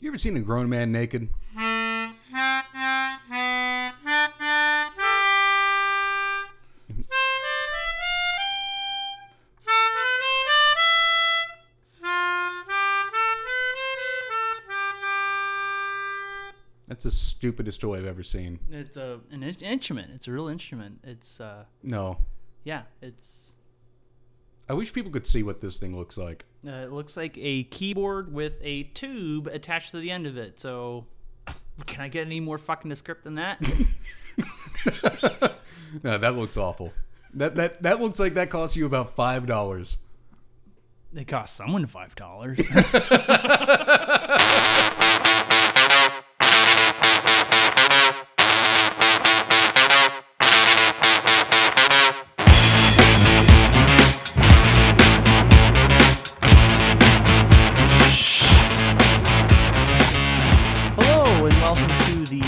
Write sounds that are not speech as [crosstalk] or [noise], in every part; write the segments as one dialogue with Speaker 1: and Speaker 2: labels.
Speaker 1: You ever seen a grown man naked? That's the stupidest toy I've ever seen.
Speaker 2: It's a an in- instrument. It's a real instrument. It's uh
Speaker 1: No.
Speaker 2: yeah, it's
Speaker 1: I wish people could see what this thing looks like. [laughs]
Speaker 2: uh, it looks like a keyboard with a tube attached to the end of it. So [laughs] can I get any more fucking descript than that?
Speaker 1: No, that looks awful. That that that looks like that costs you about five dollars.
Speaker 2: they cost someone five dollars. [laughs] Hello and welcome to the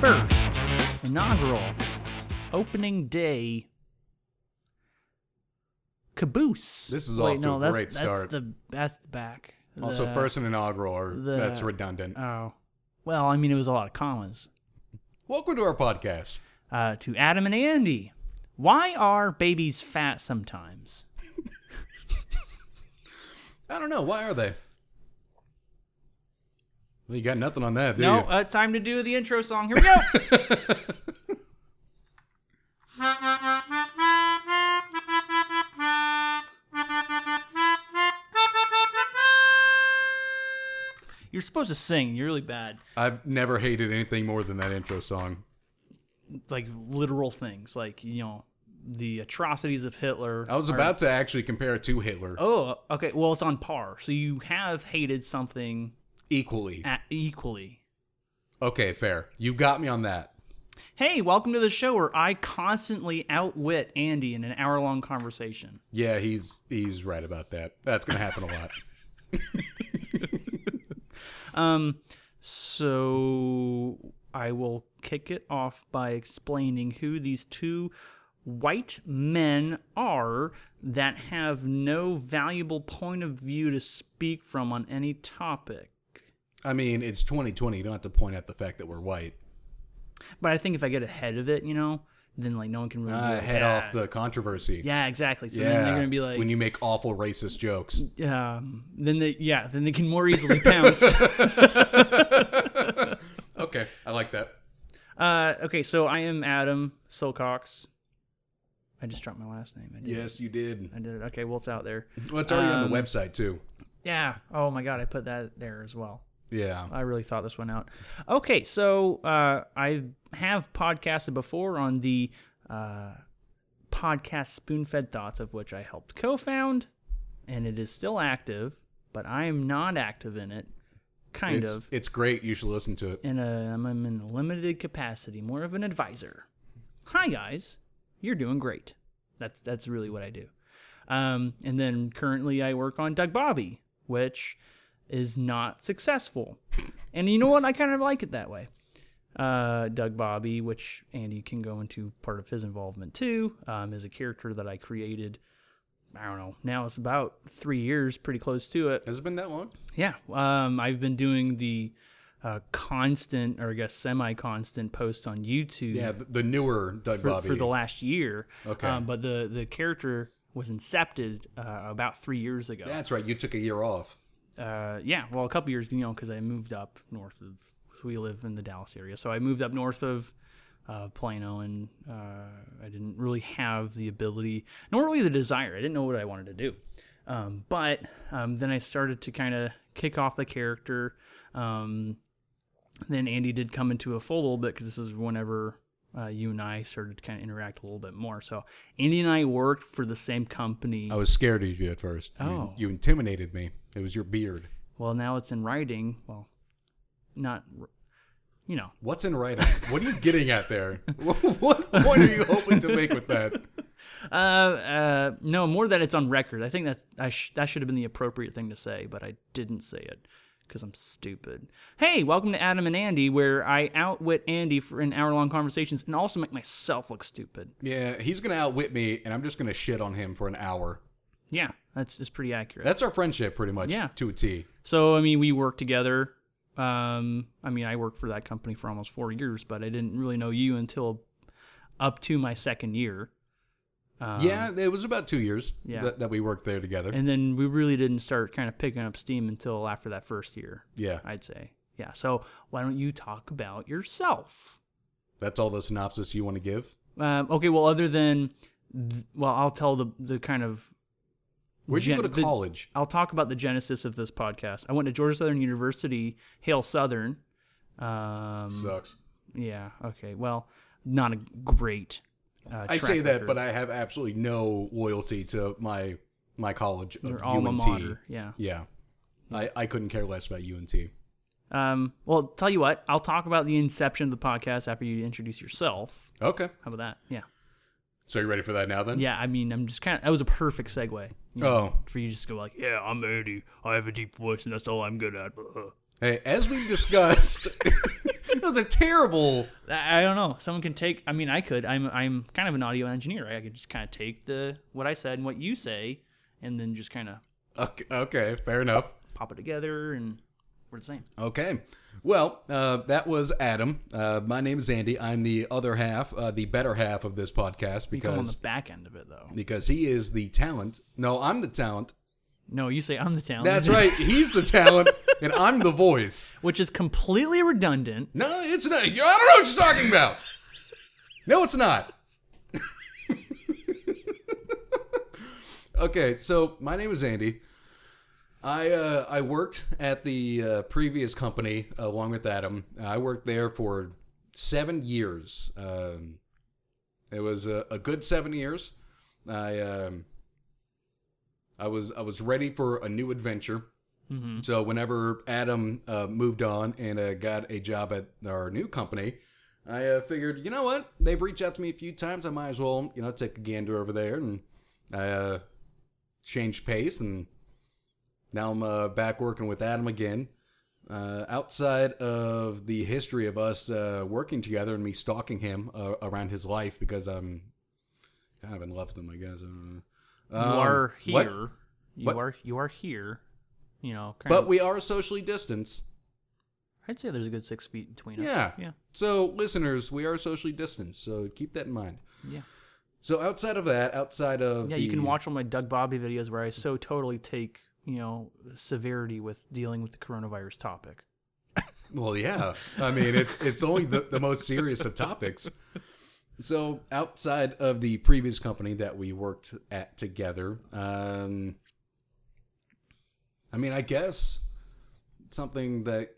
Speaker 2: first inaugural opening day caboose.
Speaker 1: This is
Speaker 2: Wait,
Speaker 1: off to
Speaker 2: no,
Speaker 1: a
Speaker 2: that's,
Speaker 1: great
Speaker 2: that's
Speaker 1: start.
Speaker 2: The that's the back.
Speaker 1: Also,
Speaker 2: The-
Speaker 1: first and inaugural are
Speaker 2: the-
Speaker 1: that's redundant.
Speaker 2: Oh, well, I mean, it was a lot of commas.
Speaker 1: Welcome to our podcast.
Speaker 2: Uh, to Adam and Andy, why are babies fat sometimes?
Speaker 1: I don't know why are they. Well, you got nothing on that, do
Speaker 2: no,
Speaker 1: you?
Speaker 2: uh, it's time to do the intro song. Here we go. [laughs] You're supposed to sing. You're really bad.
Speaker 1: I've never hated anything more than that intro song.
Speaker 2: Like literal things, like you know, the atrocities of Hitler.
Speaker 1: I was
Speaker 2: are-
Speaker 1: about to actually compare it to Hitler
Speaker 2: Oh, okay. Well, it's on par. So you have hated something
Speaker 1: equally.
Speaker 2: at equally.
Speaker 1: Okay, fair. You got me on that.
Speaker 2: Hey, welcome to the show where I constantly outwit Andy in an hour long conversation.
Speaker 1: Yeah, he's he's right about that. That's gonna happen a lot.
Speaker 2: Um, so I will kick it off by explaining who these two white men are that have no valuable point of view to speak from on any topic.
Speaker 1: I mean, it's 2020. You don't have to point out the fact that we're white.
Speaker 2: But I think if I get ahead of it, you know, then like no one can really be
Speaker 1: Uh,
Speaker 2: like,
Speaker 1: head
Speaker 2: yeah.
Speaker 1: off the controversy.
Speaker 2: Yeah, exactly. So
Speaker 1: Yeah,
Speaker 2: then they're gonna be like,
Speaker 1: when you make awful racist jokes.
Speaker 2: um, then they, yeah, then they can more
Speaker 1: [laughs]
Speaker 2: easily pounce.
Speaker 1: Okay, I like that.
Speaker 2: Uh, okay, so I am Adam Silcox. I just dropped my last name. I did,
Speaker 1: Yes, you did.
Speaker 2: I did it. Okay, well, it's out there.
Speaker 1: Well, it's already
Speaker 2: Um,
Speaker 1: on the website too.
Speaker 2: Yeah. Oh my God, I put that there as well.
Speaker 1: Yeah,
Speaker 2: I really thought this one out. Okay, so uh, I have podcasted before on the uh, podcast Spoonfed Thoughts, of which I helped co-found, and it is still active, but I am not active in it. Kind
Speaker 1: it's,
Speaker 2: of.
Speaker 1: It's great. You should listen to it.
Speaker 2: in a I'm in a limited capacity, more of an advisor. Hi guys, you're doing great. That's that's really what I do. Um, and then currently I work on Doug Bobby, which is not successful. And you know what? I kind of like it that way. Uh, Doug Bobby, which Andy can go into part of his involvement too, um, is a character that I created. I don't know. Now it's about three years, pretty close to it.
Speaker 1: Has it been that long?
Speaker 2: Yeah, um, I've been doing the uh, constant, or I guess semi-constant, posts on YouTube
Speaker 1: Yeah, the, the newer Doug
Speaker 2: for,
Speaker 1: Bobby.
Speaker 2: for the last year.
Speaker 1: Okay.
Speaker 2: um, but the the character was incepted uh, about three years ago.
Speaker 1: That's right. You took a year off.
Speaker 2: Uh, yeah, well, a couple years, you know, because I moved up north of. We live in the Dallas area, so I moved up north of uh, Plano, and uh, I didn't really have the ability, nor really the desire. I didn't know what I wanted to do. Um, but um, then I started to kind of kick off the character. Um, then Andy did come into a fold a little bit because this is whenever uh, you and I started to kind of interact a little bit more. So Andy and I worked for the same company.
Speaker 1: I was scared of you at first. You-
Speaker 2: Oh.
Speaker 1: You, intimidated me. It was your beard.
Speaker 2: Well, now it's in writing. Well, not, r- you know. [laughs]
Speaker 1: What's in writing? what are you getting at there? what point are you hoping to make with that?
Speaker 2: Uh, uh, no, more that it's on record. I think that I sh- that should have been the appropriate thing to say, but I didn't say it because I'm stupid. Hey, welcome to Adam and Andy, where I outwit Andy for an hour long conversations and also make myself look stupid.
Speaker 1: Yeah, he's gonna outwit me, and I'm just gonna shit on him for an hour.
Speaker 2: Yeah, that's, that's pretty accurate.
Speaker 1: That's our friendship, pretty much.
Speaker 2: Yeah.
Speaker 1: to a T.
Speaker 2: So I mean, we worked together. Um, I mean, I worked for that company for almost four years, but I didn't really know you until up to my second year. Um,
Speaker 1: yeah, it was about two years
Speaker 2: yeah.
Speaker 1: that, that we worked there together.
Speaker 2: and then we really didn't start kind of picking up steam until after that first year,
Speaker 1: yeah,
Speaker 2: I'd say. Yeah. So why don't you talk about yourself?
Speaker 1: that's all the synopsis you want to give.
Speaker 2: Um, okay. Well, other than th- well, I'll tell the the kind of
Speaker 1: Where'd you
Speaker 2: Gen-
Speaker 1: go to
Speaker 2: the-
Speaker 1: college?
Speaker 2: I'll talk about the genesis of this podcast. I went to Georgia Southern University, Hale Southern. Um,
Speaker 1: Sucks.
Speaker 2: Yeah. Okay. Well, not a great. Uh,
Speaker 1: I say
Speaker 2: track
Speaker 1: that,
Speaker 2: record.
Speaker 1: but I have absolutely no loyalty to my my college of
Speaker 2: Your
Speaker 1: UNT.
Speaker 2: alma mater. Yeah.
Speaker 1: Yeah, I, I couldn't care less about UNT.
Speaker 2: Um. Well, tell you what, I'll talk about the inception of the podcast after you introduce yourself.
Speaker 1: Okay,
Speaker 2: How about that? Yeah.
Speaker 1: so you ready for that now? Then
Speaker 2: Yeah. I mean, I'm just kind of. That was a perfect segue. you know,
Speaker 1: Oh,
Speaker 2: For you to just go like, yeah, I'm Andy. I have a deep voice, and that's all I'm good at. [laughs]
Speaker 1: hey, as we discussed, [laughs] it was a terrible.
Speaker 2: I I don't know. Someone can take. I mean, I could. I'm. I'm kind of an audio engineer. I could just kind of take the what I said and what you say, and then just kind of
Speaker 1: Okay, okay fair enough.
Speaker 2: pop it together, and we're the same.
Speaker 1: Okay. Well, uh, that was Adam. Uh, my name is Andy. I'm the other half, uh, the better half of this podcast
Speaker 2: You come on the
Speaker 1: because
Speaker 2: back end of it though.
Speaker 1: because he is the talent. No, I'm the talent.
Speaker 2: No, you say I'm the talent.
Speaker 1: That's right. He's the talent, and I'm the voice.
Speaker 2: [laughs] Which is completely redundant.
Speaker 1: No, it's not. I don't know what you're talking about. No, it's not. okay, so my name is Andy. I uh, I worked at the uh, previous company along with Adam. I worked there for seven years. Um, it was a, a good seven years. I um, I was I was ready for a new adventure.
Speaker 2: Mm-hmm.
Speaker 1: So whenever Adam uh, moved on and uh, got a job at our new company, I uh, figured, you know what? They've reached out to me a few times. I might as well, you know, take a gander over there. And I uh, changed pace, and now I'm uh, back working with Adam again. Uh, outside of the history of us uh, working together and me stalking him uh, around his life because I'm kind of in love with him, I guess. I don't know. Um,
Speaker 2: you are here.
Speaker 1: what-
Speaker 2: You
Speaker 1: what-
Speaker 2: are you are here. You know, kind
Speaker 1: but
Speaker 2: of,
Speaker 1: we are socially distanced.
Speaker 2: I'd say there's a good six feet between us.
Speaker 1: Yeah.
Speaker 2: Yeah.
Speaker 1: So, listeners, we are socially distanced, so keep that in mind.
Speaker 2: Yeah.
Speaker 1: So, outside of that, outside of
Speaker 2: Yeah,
Speaker 1: the,
Speaker 2: you can watch all my Doug Bobby videos where I so totally take, you know, severity with dealing with the coronavirus topic.
Speaker 1: Well, yeah, I mean, it's it's only the, the most serious of topics. So, outside of the previous company that we worked at together, um, I mean, I guess something that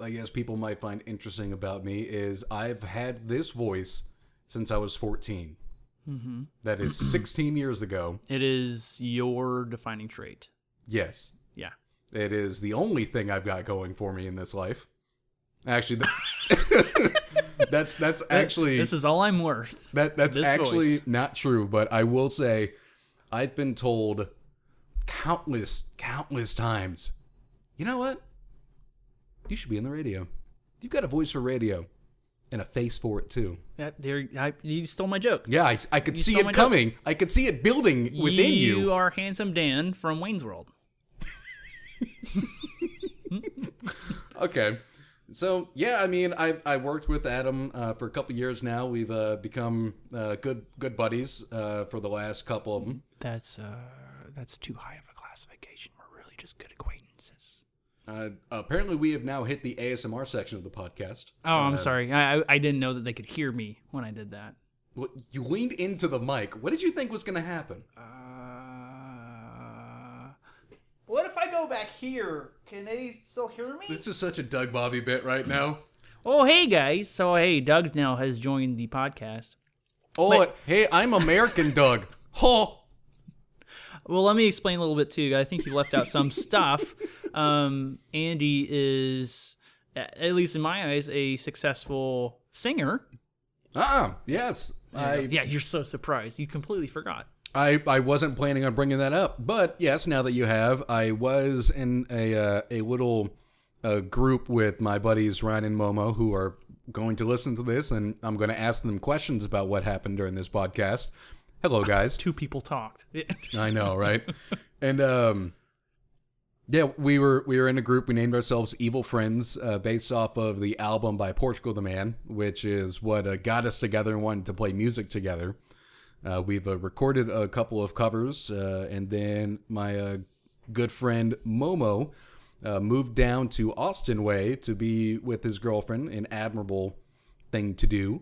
Speaker 1: I guess people might find interesting about me is I've had this voice since I was fourteen.
Speaker 2: Mm-hmm.
Speaker 1: That
Speaker 2: [clears throat]
Speaker 1: is sixteen years ago.
Speaker 2: It is your defining trait.
Speaker 1: Yes,
Speaker 2: Yeah.
Speaker 1: It is the only thing I've got going for me in this life. Actually,
Speaker 2: [laughs]
Speaker 1: that, that that's actually
Speaker 2: This is all I'm worth.
Speaker 1: that that's
Speaker 2: this
Speaker 1: actually
Speaker 2: voice.
Speaker 1: not true. But I will say, I've been told countless countless times. You know what? You should be in the radio. You've got a voice for radio, and a face for it too.
Speaker 2: That, there, I, you stole my joke.
Speaker 1: Yeah, I, I could
Speaker 2: You
Speaker 1: see
Speaker 2: stole
Speaker 1: it
Speaker 2: my joke.
Speaker 1: coming. I could see it building within you.
Speaker 2: You are handsome Dan from Wayne's World.
Speaker 1: okay. So yeah, I mean, I I worked with Adam uh, for a couple years now. We've uh, become uh, good good buddies uh, for the last couple of them.
Speaker 2: That's uh, that's too high of a classification. We're really just good acquaintances.
Speaker 1: Uh, apparently, we have now hit the ASMR section of the podcast.
Speaker 2: Oh, I'm sorry. I, I I didn't know that they could hear me when I did that.
Speaker 1: Well, You leaned into the mic. What did you think was going to happen?
Speaker 2: Uh, what if I go back here? Can they still hear me?
Speaker 1: This is such a Doug Bobby bit right now.
Speaker 2: Oh, hey guys. So hey, Doug now has joined the podcast.
Speaker 1: Oh, hey, I'm American Doug. [laughs] Oh,
Speaker 2: Well, let me explain a little bit too. I think you left out [laughs] some stuff. Um, Andy is, a- at least in my eyes, a successful singer.
Speaker 1: ah, yes, I
Speaker 2: yeah, you're so surprised. You completely forgot.
Speaker 1: I, I wasn't planning on bringing that up, but yes, now that you have, I was in a uh, a little uh, group with my buddies Ryan and Momo, who are going to listen to this, and I'm going to ask them questions about what happened during this podcast. Hello, guys.
Speaker 2: Two people talked. [laughs]
Speaker 1: I know, right? and um, yeah, we were we were in a group. We named ourselves Evil Friends, uh, based off of the album by Portugal the Man, which is what uh, got us together and wanted to play music together. Uh, we've uh, recorded a couple of covers, uh, and then my uh, good friend Momo uh, moved down to Austin Way to be with his girlfriend, an admirable thing to do.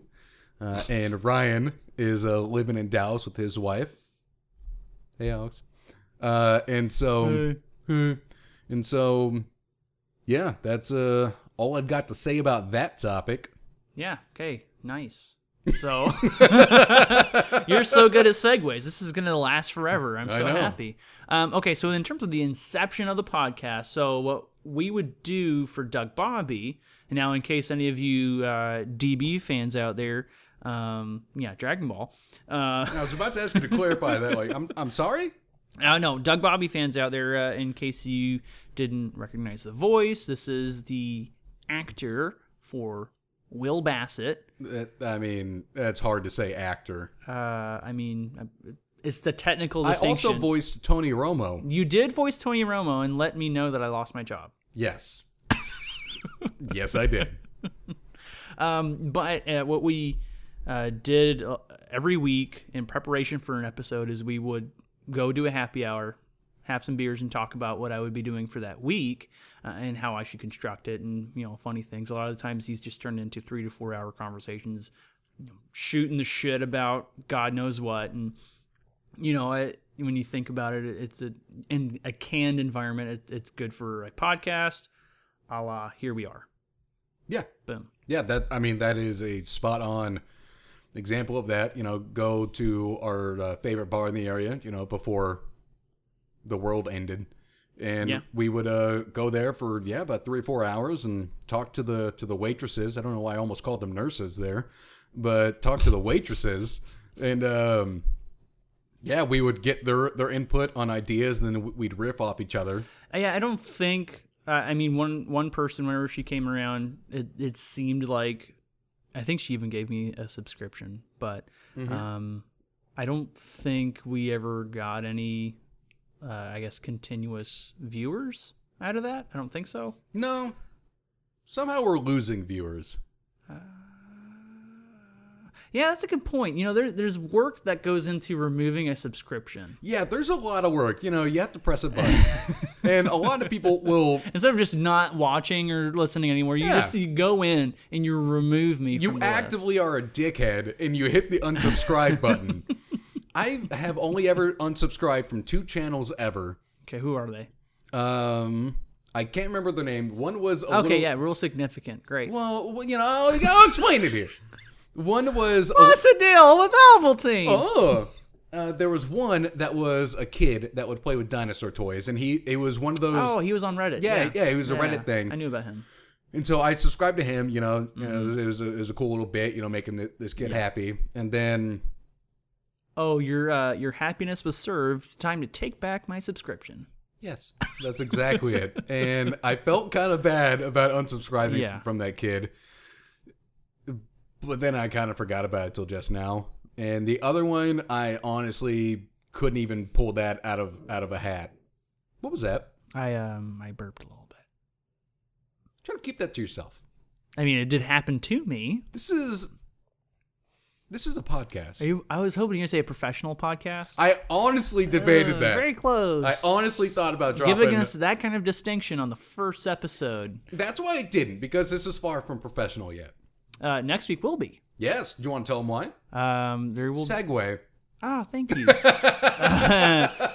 Speaker 1: Uh, and Ryan is uh, living in Dallas with his wife. Hey, Alex. Uh, and so, and so, yeah, that's uh, all I've got to say about that topic.
Speaker 2: yeah. Okay.
Speaker 1: [laughs]
Speaker 2: Nice. So [laughs] you're so good at segues. This is gonna last forever. I'm
Speaker 1: I
Speaker 2: so
Speaker 1: know.
Speaker 2: happy. Um, okay. So in terms of the inception of the podcast, so what we would do for Doug Bobby, and now in case any of you uh, DB fans out there, um, yeah, Dragon Ball. Uh, [laughs]
Speaker 1: I was about to ask you to clarify that. Like, I'm, I'm sorry.
Speaker 2: I know Doug Bobby fans out there. Uh, in case you didn't recognize the voice, this is the actor for Will Bassett.
Speaker 1: That, I mean, that's hard to say. Actor.
Speaker 2: Uh, I mean, uh, it's the technical
Speaker 1: I
Speaker 2: distinction.
Speaker 1: also voiced Tony Romo.
Speaker 2: you did voice Tony Romo and let me know that I lost my job.
Speaker 1: Yes. yes, I did.
Speaker 2: Um, but uh, what we uh, did uh, every week in preparation for an episode is we would go do a happy hour, have some beers, and talk about what I would be doing for that week uh, and how I should construct it, and you know, funny things. A lot of the times these just turned into three to four hour conversations, you know, shooting the shit about God knows what, and you know, it, when you think about it, it's a in a canned environment. It, it's good for a podcast, a la here we are.
Speaker 1: Yeah.
Speaker 2: Boom.
Speaker 1: Yeah, that I mean that is a spot on example of that. You know, go to our uh, favorite bar in the area. You know, before the world ended, and
Speaker 2: Yeah.
Speaker 1: we would uh, go there for yeah about three or four hours and talk to the to the waitresses. I don't know why I almost called them nurses there, but talk to the waitresses and. um yeah, we would get their their input on ideas, and then we'd riff off each other.
Speaker 2: Uh, Yeah, I don't think. Uh, I mean, one one person whenever she came around, it it seemed like, I think she even gave me a subscription, but
Speaker 1: Mm-hmm.
Speaker 2: um, I don't think we ever got any, uh, I guess, continuous viewers out of that. I don't think so.
Speaker 1: No, somehow we're losing viewers.
Speaker 2: Yeah, that's a good point. You know, there there's work that goes into removing a subscription
Speaker 1: Yeah, there's a lot of work. You know, you have to press a button,
Speaker 2: [laughs]
Speaker 1: and a lot of people will.
Speaker 2: instead of just not watching or listening anymore. You
Speaker 1: Yeah.
Speaker 2: just you go in and you remove me.
Speaker 1: You
Speaker 2: from the list.
Speaker 1: actively are a dickhead, and you hit the unsubscribe
Speaker 2: [laughs]
Speaker 1: button. I have only ever unsubscribed from two channels ever.
Speaker 2: okay. Who are they?
Speaker 1: Um, I can't remember their name. One was a
Speaker 2: Okay,
Speaker 1: little,
Speaker 2: yeah, real significant. Great.
Speaker 1: Well, well, you know, I'll, I'll explain it here. One was a-
Speaker 2: What's the deal with Ovaltine?
Speaker 1: Oh. Uh, there was one that was a kid that would play with dinosaur toys, and he it was one of those.
Speaker 2: Oh, he was on Reddit.
Speaker 1: yeah,
Speaker 2: Yeah,
Speaker 1: yeah, it was a Reddit thing.
Speaker 2: I knew about him.
Speaker 1: And so I subscribed to him, you know, you know, it
Speaker 2: Mm-hmm.
Speaker 1: was, it, was a, it was a cool little bit, you know, making th this kid happy. And then,
Speaker 2: Oh, your uh, your happiness was served. Time to take back my subscription.
Speaker 1: yes, that's exactly it.
Speaker 2: [laughs]
Speaker 1: And I felt kind of bad about unsubscribing
Speaker 2: Yeah.
Speaker 1: from that kid. But then I kind of forgot about it till just now. And the other one, I honestly couldn't even pull that out of out of a hat. What was that?
Speaker 2: I um I burped a little bit.
Speaker 1: Try to keep that to yourself.
Speaker 2: I mean, it did happen to me.
Speaker 1: This is this is a podcast.
Speaker 2: Are you, I was hoping you were gonna say a professional podcast.
Speaker 1: I honestly debated
Speaker 2: Uh,
Speaker 1: that.
Speaker 2: Very close.
Speaker 1: I honestly thought about dropping.
Speaker 2: giving us that kind of distinction on the first episode.
Speaker 1: That's why I didn't, because this is far from professional yet.
Speaker 2: Uh, next week will be.
Speaker 1: Yes, do you want to tell them why?
Speaker 2: Um, there will
Speaker 1: Segway.
Speaker 2: Ah, thank you. [laughs]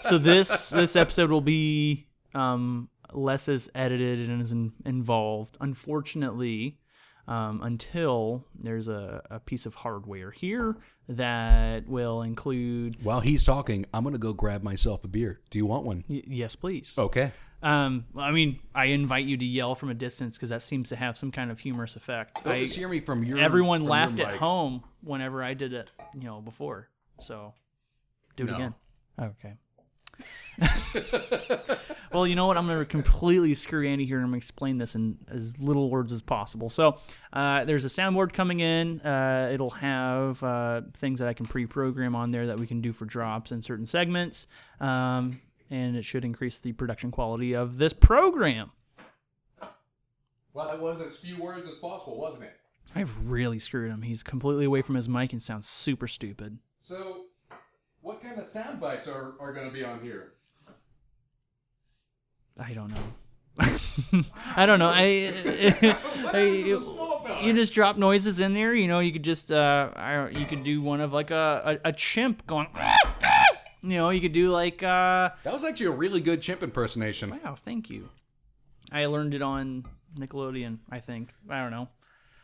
Speaker 2: so this this episode will be um, less as edited and as in, involved, unfortunately, um, until there's a, a piece of hardware here that will include.
Speaker 1: While he's talking, I'm gonna go grab myself a beer. Do you want one?
Speaker 2: Y- yes, please.
Speaker 1: Okay.
Speaker 2: Um, I mean, I invite you to yell from a distance because that seems to have some kind of humorous effect.
Speaker 1: Don't
Speaker 2: I-
Speaker 1: just hear me from your.
Speaker 2: everyone
Speaker 1: from your
Speaker 2: laughed at
Speaker 1: mic.
Speaker 2: home whenever I did it, you know, before. So do it
Speaker 1: No.
Speaker 2: again. Okay. well, you know what? I'm going to completely screw Andy here and I'm going to explain this in as little words as possible. So, uh, there's a soundboard coming in. Uh, it'll have uh, things that I can pre program on there that we can do for drops in certain segments. Um, and it should increase the production quality of this program.
Speaker 1: Well, that was as few words as possible, wasn't it?
Speaker 2: I've really screwed him. He's completely away from his mic and sounds super stupid.
Speaker 1: So, what kind of sound bites are, are going to be on here?
Speaker 2: I don't know. [laughs] I don't know. I, [laughs]
Speaker 1: What
Speaker 2: I-
Speaker 1: happens to the small talk?
Speaker 2: you just drop noises in there. You know, you could just uh, I don't, you could do one of like a a, a chimp going. [laughs] You know, you could do like uh,
Speaker 1: that was actually a really good chimp impersonation.
Speaker 2: wow, thank you. I learned it on Nickelodeon. I think I don't know.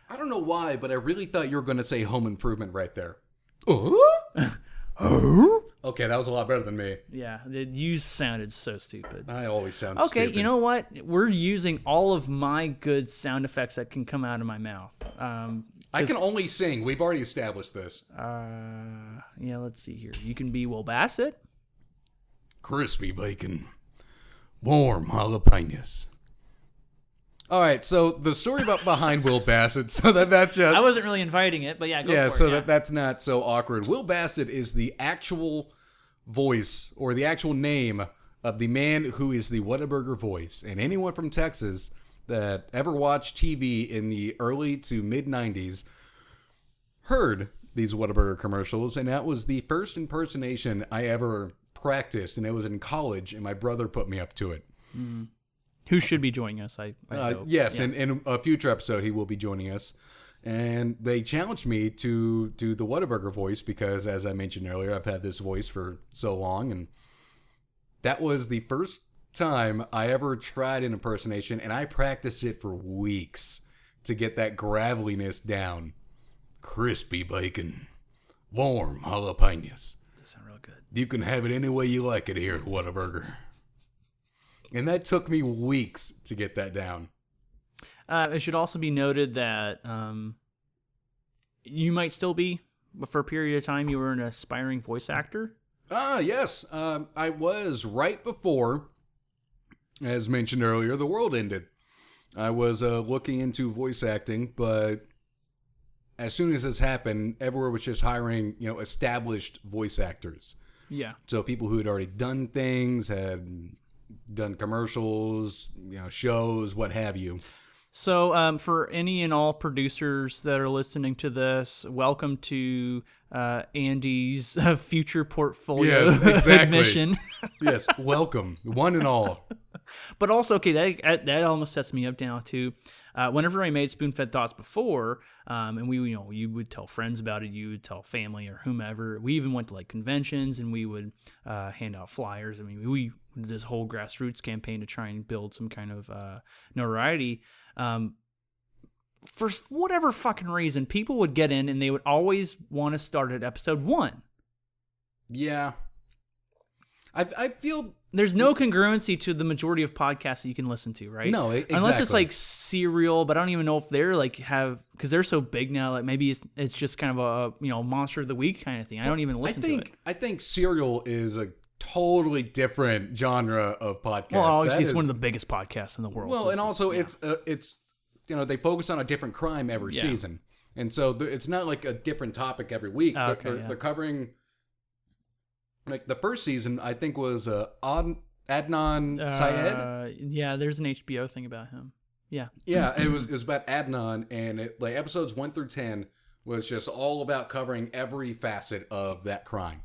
Speaker 1: I don't know why, but I really thought you were going to say home improvement right
Speaker 2: [laughs]
Speaker 1: there. Uh?
Speaker 2: Oh?
Speaker 1: okay, that was a lot better than me.
Speaker 2: Yeah, the you sounded so stupid.
Speaker 1: I always sound
Speaker 2: Okay,
Speaker 1: stupid.
Speaker 2: you know what? We're using all of my good sound effects that can come out of my mouth. Um,
Speaker 1: I can only sing. We've already established this.
Speaker 2: uh, yeah, let's see here. You can be Will Bassett.
Speaker 1: Crispy bacon, warm jalapenos. All right, so the story about behind Will Bassett. [laughs] So that that's just
Speaker 2: I wasn't really inviting it, but yeah, go
Speaker 1: yeah,
Speaker 2: for
Speaker 1: so
Speaker 2: it.
Speaker 1: that that's not so awkward. Will Bassett is the actual voice or the actual name of the man who is the Whataburger voice. And anyone from Texas that ever watched TV in the early to mid 90s heard these Whataburger commercials, and that was the first impersonation I ever practiced, and it was in college, and my brother put me up to it.
Speaker 2: Who should be joining us? I, I
Speaker 1: Uh,
Speaker 2: hope.
Speaker 1: yes, and in a future episode, he will be joining us. And they challenged me to do the Whataburger voice because, as I mentioned earlier, I've had this voice for so long. And that was the first time I ever tried an impersonation. And I practiced it for weeks to get that graveliness down. Crispy bacon, warm jalapenos.
Speaker 2: That sound real good.
Speaker 1: You can have it any way you like it here at Whataburger. And that took me weeks to get that down.
Speaker 2: Uh, it should also be noted that um, you might still be, but for a period of time, you were an aspiring voice actor.
Speaker 1: Ah, yes. Um, I was right before, as mentioned earlier, the world ended. I was uh, looking into voice acting, but as soon as this happened, everywhere was just hiring, you know, established voice actors.
Speaker 2: Yeah,
Speaker 1: So people who had already done things, had done commercials, you know, shows, what have you.
Speaker 2: So, um, for any and all producers that are listening to this, welcome to uh, Andy's [laughs] uh, future portfolio
Speaker 1: Yes, exactly.
Speaker 2: admission. [laughs]
Speaker 1: Yes, welcome, one and all.
Speaker 2: But also, okay, that- that that almost sets me up now too. Uh, whenever I made spoon fed thoughts before, um, and we, you know, you would tell friends about it, you would tell family or whomever. We even went to like conventions and we would uh, hand out flyers. I mean, we did this whole grassroots campaign to try and build some kind of uh, notoriety. Um, for whatever fucking reason, people would get in and they would always want to start at episode one.
Speaker 1: Yeah. I, I feel
Speaker 2: There's no congruency to the majority of podcasts that you can listen to, right?
Speaker 1: No, e-
Speaker 2: unless it's
Speaker 1: exactly.
Speaker 2: like serial, but I don't even know if they're like have because they're so big now. Like maybe it's it's just kind of a you know monster of the week kind of thing. I don't even listen
Speaker 1: I think
Speaker 2: to it.
Speaker 1: I think serial is a totally different genre of podcast.
Speaker 2: Well, obviously
Speaker 1: That
Speaker 2: it's one
Speaker 1: is-
Speaker 2: of the biggest podcasts in the world.
Speaker 1: well,
Speaker 2: so
Speaker 1: and
Speaker 2: it's-
Speaker 1: also it's uh, it's you know they focus on a different crime every
Speaker 2: Yeah.
Speaker 1: season, and so th- it's not like a different topic every week.
Speaker 2: Oh,
Speaker 1: They're-
Speaker 2: okay,
Speaker 1: they're,
Speaker 2: yeah.
Speaker 1: they're covering like the first season. I think was uh, Ad- Adnan Syed.
Speaker 2: Uh, yeah, there's an HBO thing about him. Yeah,
Speaker 1: Yeah, it
Speaker 2: [clears throat]
Speaker 1: was it was about Adnan, and it, like episodes one through ten was just all about covering every facet of that crime.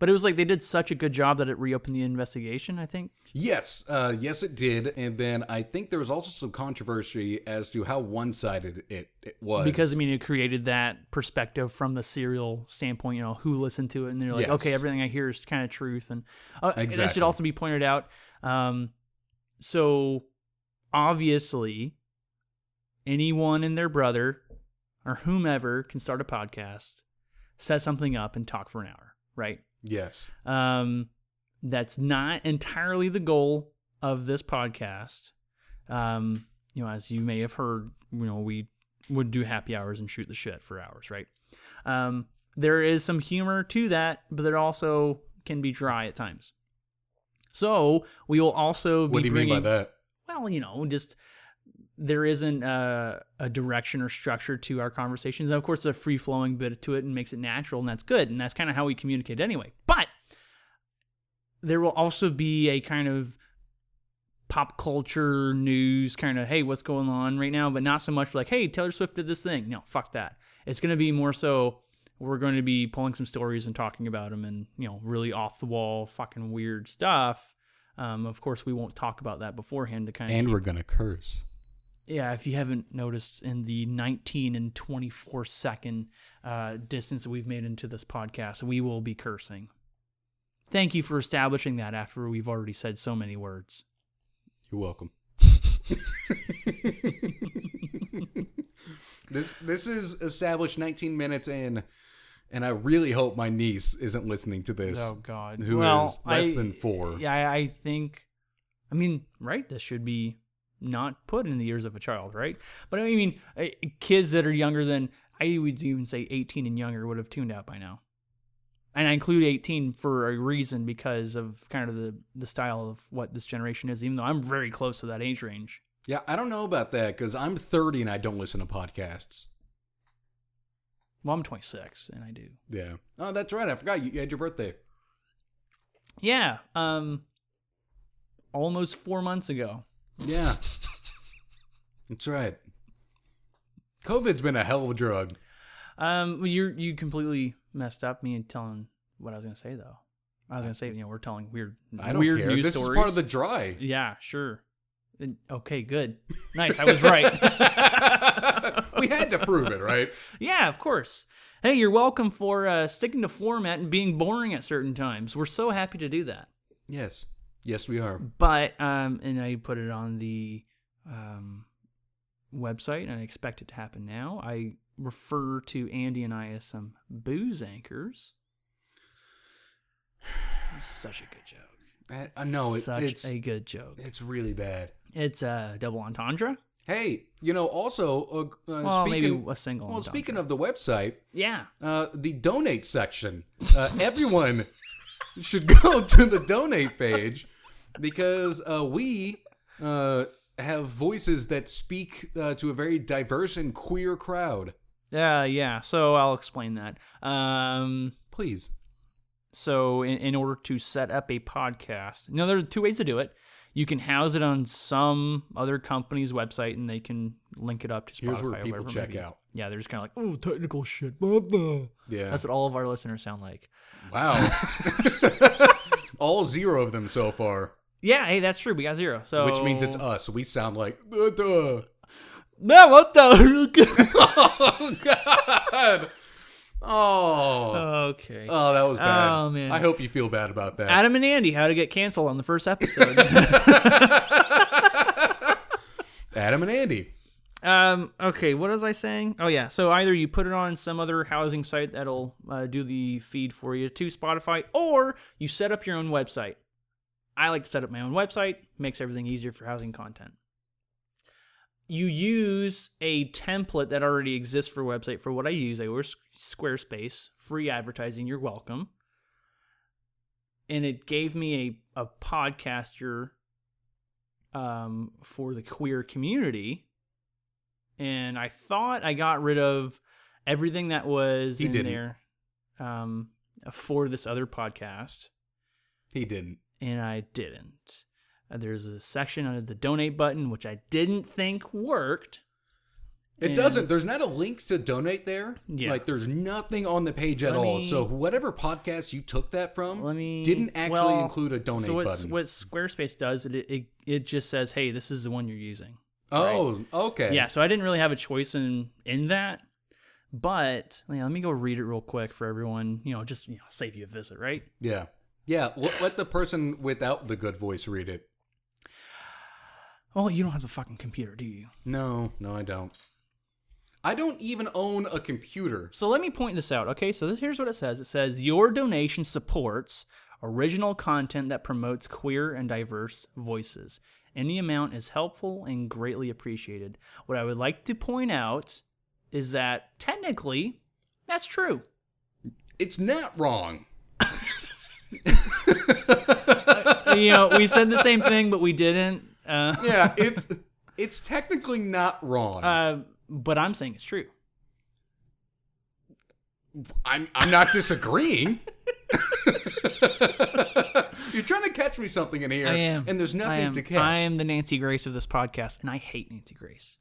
Speaker 2: but it was like they did such a good job that it reopened the investigation. I think.
Speaker 1: Yes, uh, yes, it did. And then I think there was also some controversy as to how one-sided it, it was.
Speaker 2: Because I mean, it created that perspective from the serial standpoint. You know, who listened to it, and they're like,
Speaker 1: Yes.
Speaker 2: okay, everything I hear is kind of truth. And uh, that
Speaker 1: Exactly.
Speaker 2: should also be pointed out. Um, so obviously, anyone and their brother or whomever can start a podcast, set something up, and talk for an hour, right?
Speaker 1: yes,
Speaker 2: Um, that's not entirely the goal of this podcast, um, you know, as you may have heard, you know, we would do happy hours and shoot the shit for hours, right? Um, there is some humor to that, but there also can be dry at times. So we will also be
Speaker 1: What do you mean
Speaker 2: bringing,
Speaker 1: by that?
Speaker 2: well, you know, just there isn't a, a direction or structure to our conversations. And of course, there's a free flowing bit to it and makes it natural, and that's good. And that's kind of how we communicate anyway. But there will also be a kind of pop culture news kind of, hey, what's going on right now? But not so much like, hey, Taylor Swift did this thing. No, fuck that. It's going to be more so we're going to be pulling some stories and talking about them and, you know, really off the wall, fucking weird stuff. Um, of course, we won't talk about that beforehand to kind of
Speaker 1: And we're gonna curse.
Speaker 2: yeah, if you haven't noticed in the 19 and 24 second uh, distance that we've made into this podcast, we will be cursing. Thank you for establishing that after we've already said so many words.
Speaker 1: You're welcome. [laughs] this this is established 19 minutes in, and I really hope my niece isn't listening to this.
Speaker 2: Oh God,
Speaker 1: Who
Speaker 2: well,
Speaker 1: is less
Speaker 2: I-
Speaker 1: than four.
Speaker 2: Yeah, I- I think. I mean, right? This should be not put in the ears of a child, right? But I mean, uh, kids that are younger than I would even say 18 and younger would have tuned out by now. And I include 18 for a reason because of kind of the the style of what this generation is. Even though I'm very close to that age range.
Speaker 1: Yeah, I don't know about that because I'm 30 and I don't listen to podcasts.
Speaker 2: Well, I'm 26 and I do.
Speaker 1: Yeah. Oh, that's right. I forgot you, you had your birthday.
Speaker 2: Yeah. Um. Almost four months ago.
Speaker 1: Yeah. that's right. COVID's been a hell of a drug.
Speaker 2: Um, well, you you completely messed up me and telling what I was gonna say though. I was gonna say you know we're telling weird
Speaker 1: I don't
Speaker 2: weird
Speaker 1: care.
Speaker 2: news
Speaker 1: this
Speaker 2: stories.
Speaker 1: is part of the
Speaker 2: [laughs]
Speaker 1: dry.
Speaker 2: yeah, sure. And- Okay,
Speaker 1: [laughs]
Speaker 2: good, nice. I was right. [laughs]
Speaker 1: we had to prove it, right?
Speaker 2: yeah, of course. Hey, you're welcome for uh, sticking to format and being boring at certain times. We're so happy to do that.
Speaker 1: Yes. Yes, we are.
Speaker 2: But um, and I put it on the um website, and I expect it to happen now. I refer to Andy and I as some booze anchors. Such a good joke.
Speaker 1: I, [sighs] I know it,
Speaker 2: such
Speaker 1: it's
Speaker 2: a good joke.
Speaker 1: it's really bad.
Speaker 2: It's a double entendre.
Speaker 1: Hey, you know, also uh, uh,
Speaker 2: Well,
Speaker 1: speaking
Speaker 2: maybe a single.
Speaker 1: well,
Speaker 2: entendre.
Speaker 1: speaking of the website,
Speaker 2: yeah,
Speaker 1: uh, the donate section. Uh, everyone should go [laughs] to the donate page because uh, we uh, have voices that speak uh, to a very diverse and queer crowd.
Speaker 2: yeah, yeah. So I'll explain that. Um,
Speaker 1: Please.
Speaker 2: So, in, in order to set up a podcast, now there are two ways to do it. You can house it on some other company's website, and they can link it up to Spotify.
Speaker 1: Here's where
Speaker 2: or
Speaker 1: people
Speaker 2: whatever it
Speaker 1: check
Speaker 2: may be.
Speaker 1: out.
Speaker 2: Yeah, they're just kind of like, oh, technical shit. Blah, blah.
Speaker 1: [laughs] Yeah.
Speaker 2: That's what all of our listeners sound like.
Speaker 1: wow.
Speaker 2: [laughs]
Speaker 1: [laughs] All zero of them so far,
Speaker 2: Yeah, hey, that's true. We got zero. So
Speaker 1: which means it's us. We sound like. [laughs] oh, "Duh, duh."
Speaker 2: no,
Speaker 1: [laughs]
Speaker 2: what the? [laughs]
Speaker 1: oh God! Oh,
Speaker 2: okay.
Speaker 1: oh, that was bad.
Speaker 2: Oh, man.
Speaker 1: I hope you feel bad about that.
Speaker 2: Adam and Andy, how to get canceled on the first episode.
Speaker 1: [laughs] Adam and Andy.
Speaker 2: um, okay, what was I saying? Oh yeah, so either you put it on some other housing site that'll uh, do the feed for you to Spotify, or you set up your own website. I like to set up my own website; makes everything easier for housing content. You use a template that already exists for website. For what I use, I use Squarespace. Free advertising, you're welcome. And it gave me a a podcaster um, for the queer community, and I thought I got rid of everything that was
Speaker 1: He
Speaker 2: in
Speaker 1: didn't.
Speaker 2: there um, for this other podcast,
Speaker 1: He didn't.
Speaker 2: and I didn't. Uh, There's a section under the donate button which I didn't think worked.
Speaker 1: It
Speaker 2: And-
Speaker 1: doesn't. There's not a link to donate there.
Speaker 2: Yeah.
Speaker 1: Like there's nothing on the page at
Speaker 2: Let
Speaker 1: all.
Speaker 2: me-
Speaker 1: So whatever podcast you took that from
Speaker 2: Let me-
Speaker 1: didn't actually
Speaker 2: well,
Speaker 1: include a donate
Speaker 2: so what,
Speaker 1: button.
Speaker 2: what Squarespace does, it, it it just says, "Hey, this is the one you're using."
Speaker 1: oh, okay.
Speaker 2: Yeah, so I didn't really have a choice in in that. But yeah, let me go read it real quick for everyone. You know, just you know, save you a visit, right?
Speaker 1: Yeah. Yeah. Let, let the person without the good voice read it.
Speaker 2: Well, Oh, you don't have the fucking computer, do you?
Speaker 1: No, no, I don't. I don't even own a computer.
Speaker 2: So let me point this out. Okay, so this, here's what it says. It says your donation supports original content that promotes queer and diverse voices. Any amount is helpful and greatly appreciated. What I would like to point out is that technically, that's true.
Speaker 1: [laughs] It's not wrong.
Speaker 2: you know, we said the same thing, but we didn't. Uh,
Speaker 1: Yeah, it's [laughs] it's technically not wrong.
Speaker 2: uh, but I'm saying it's true.
Speaker 1: I'm I'm not
Speaker 2: [laughs]
Speaker 1: disagreeing. [laughs] You're trying to catch me something in here,
Speaker 2: I am.
Speaker 1: and there's
Speaker 2: I
Speaker 1: nothing
Speaker 2: am,
Speaker 1: to catch.
Speaker 2: I am the Nancy Grace of this podcast, and I hate Nancy Grace.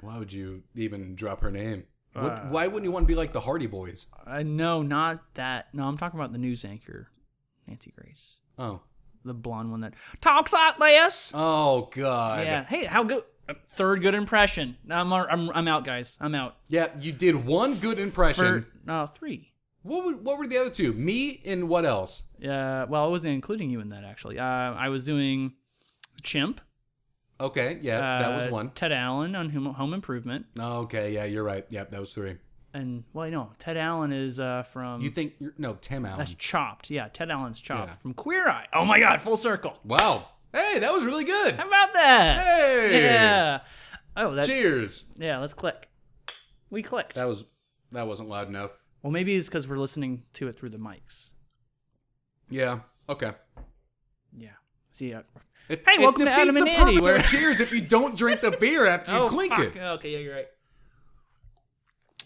Speaker 1: Why would you even drop her name? What, why wouldn't you want to be like the Hardy Boys?
Speaker 2: Uh, no, not that. No, I'm talking about the news anchor, Nancy Grace,
Speaker 1: Oh,
Speaker 2: the blonde one that talks like this.
Speaker 1: oh God!
Speaker 2: yeah. Hey, how good? uh, Third good impression. I'm I'm I'm out, guys. I'm out.
Speaker 1: Yeah, you did one good impression.
Speaker 2: For, no, three.
Speaker 1: What would, what were the other two? Me and what else?
Speaker 2: Uh, well, I wasn't including you in that actually. Uh, I was doing Chimp.
Speaker 1: Okay, yeah, that was
Speaker 2: uh,
Speaker 1: one.
Speaker 2: Ted Allen on Home, Home Improvement,
Speaker 1: Okay, yeah, you're right. Yep, that was three.
Speaker 2: and well, I know Ted Allen is uh, from
Speaker 1: You think you're, no Tim Allen?
Speaker 2: that's Chopped. Yeah, Ted Allen's Chopped
Speaker 1: Yeah.
Speaker 2: from Queer Eye. Oh my God, full circle.
Speaker 1: wow. Hey, that was really good.
Speaker 2: How about that?
Speaker 1: Hey.
Speaker 2: Yeah. Oh, that.
Speaker 1: Cheers.
Speaker 2: Yeah, let's click. We clicked.
Speaker 1: That was that wasn't loud enough.
Speaker 2: well, maybe it's because we're listening to it through the mics.
Speaker 1: Yeah. Okay.
Speaker 2: Yeah. See. Uh,
Speaker 1: It,
Speaker 2: Hey,
Speaker 1: it
Speaker 2: welcome to
Speaker 1: defeats
Speaker 2: Adam and
Speaker 1: the
Speaker 2: Andy,
Speaker 1: purpose of
Speaker 2: where-
Speaker 1: cheers if you don't drink the beer after you
Speaker 2: [laughs] oh,
Speaker 1: clink
Speaker 2: fuck.
Speaker 1: it.
Speaker 2: Okay, yeah, you're right.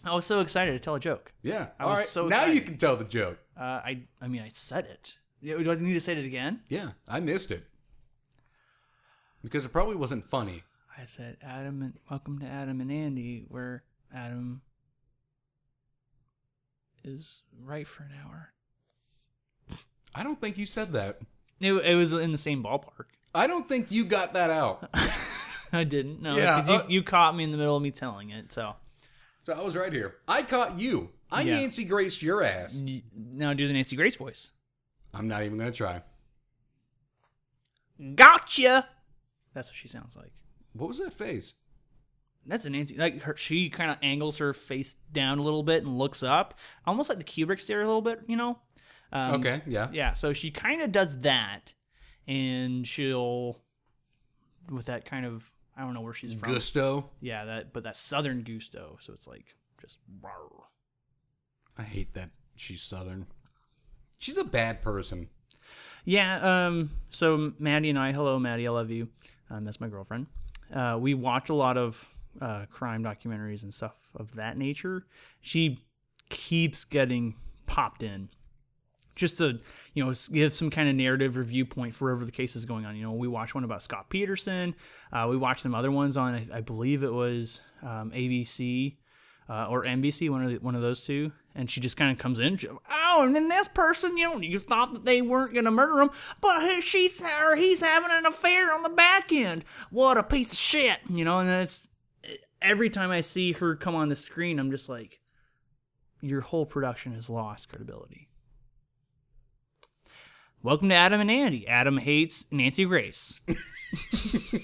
Speaker 2: I was so excited to tell a joke.
Speaker 1: Yeah.
Speaker 2: I
Speaker 1: All
Speaker 2: was
Speaker 1: right.
Speaker 2: so
Speaker 1: now you
Speaker 2: excited.
Speaker 1: can tell the joke.
Speaker 2: Uh, I. I mean, I said it. Yeah, Do I need to say it again?
Speaker 1: Yeah, I missed it because it probably wasn't funny.
Speaker 2: I said, Adam and welcome to Adam and Andy, where Adam is right for an hour.
Speaker 1: I don't think you said that.
Speaker 2: It, it was in the same ballpark. [laughs]
Speaker 1: I don't think you got that out.
Speaker 2: I didn't. No,
Speaker 1: Yeah,
Speaker 2: 'cause
Speaker 1: uh-
Speaker 2: you, you caught me in the middle of me telling it. So
Speaker 1: So I was right here. I caught you. I
Speaker 2: Yeah.
Speaker 1: Nancy Grace your ass.
Speaker 2: N- now do the Nancy Grace voice.
Speaker 1: I'm not even gonna try.
Speaker 2: Gotcha. That's what she sounds like.
Speaker 1: What was that face?
Speaker 2: That's a Nancy. Like her, she kind of angles her face down a little bit and looks up, almost like the Kubrick stare a little bit. You know. Um,
Speaker 1: okay. Yeah.
Speaker 2: Yeah, so she kind of does that, and she'll with that kind of I don't know where she's from.
Speaker 1: Gusto.
Speaker 2: Yeah, that but that southern gusto, so it's like just rawr.
Speaker 1: I hate that she's southern. She's a bad person.
Speaker 2: yeah. Um, so Maddie and I, hello Maddie, I love you. Um, that's my girlfriend. Uh, we watch a lot of uh, crime documentaries and stuff of that nature. She keeps getting popped in. just to you know s- give some kind of narrative or viewpoint for whatever the case is going on. You know, we watched one about Scott Peterson. Uh, we watched some other ones on I, I believe it was um, ABC uh, or NBC, one of the, one of those two. And she just kind of comes in. she- oh, and then this person, you know, you thought that they weren't going to murder him, but he- she's or he's having an affair on the back end. What a piece of shit, you know. And that's every time I see her come on the screen, I'm just like, your whole production has lost credibility. Welcome to Adam and Andy. Adam hates Nancy Grace. I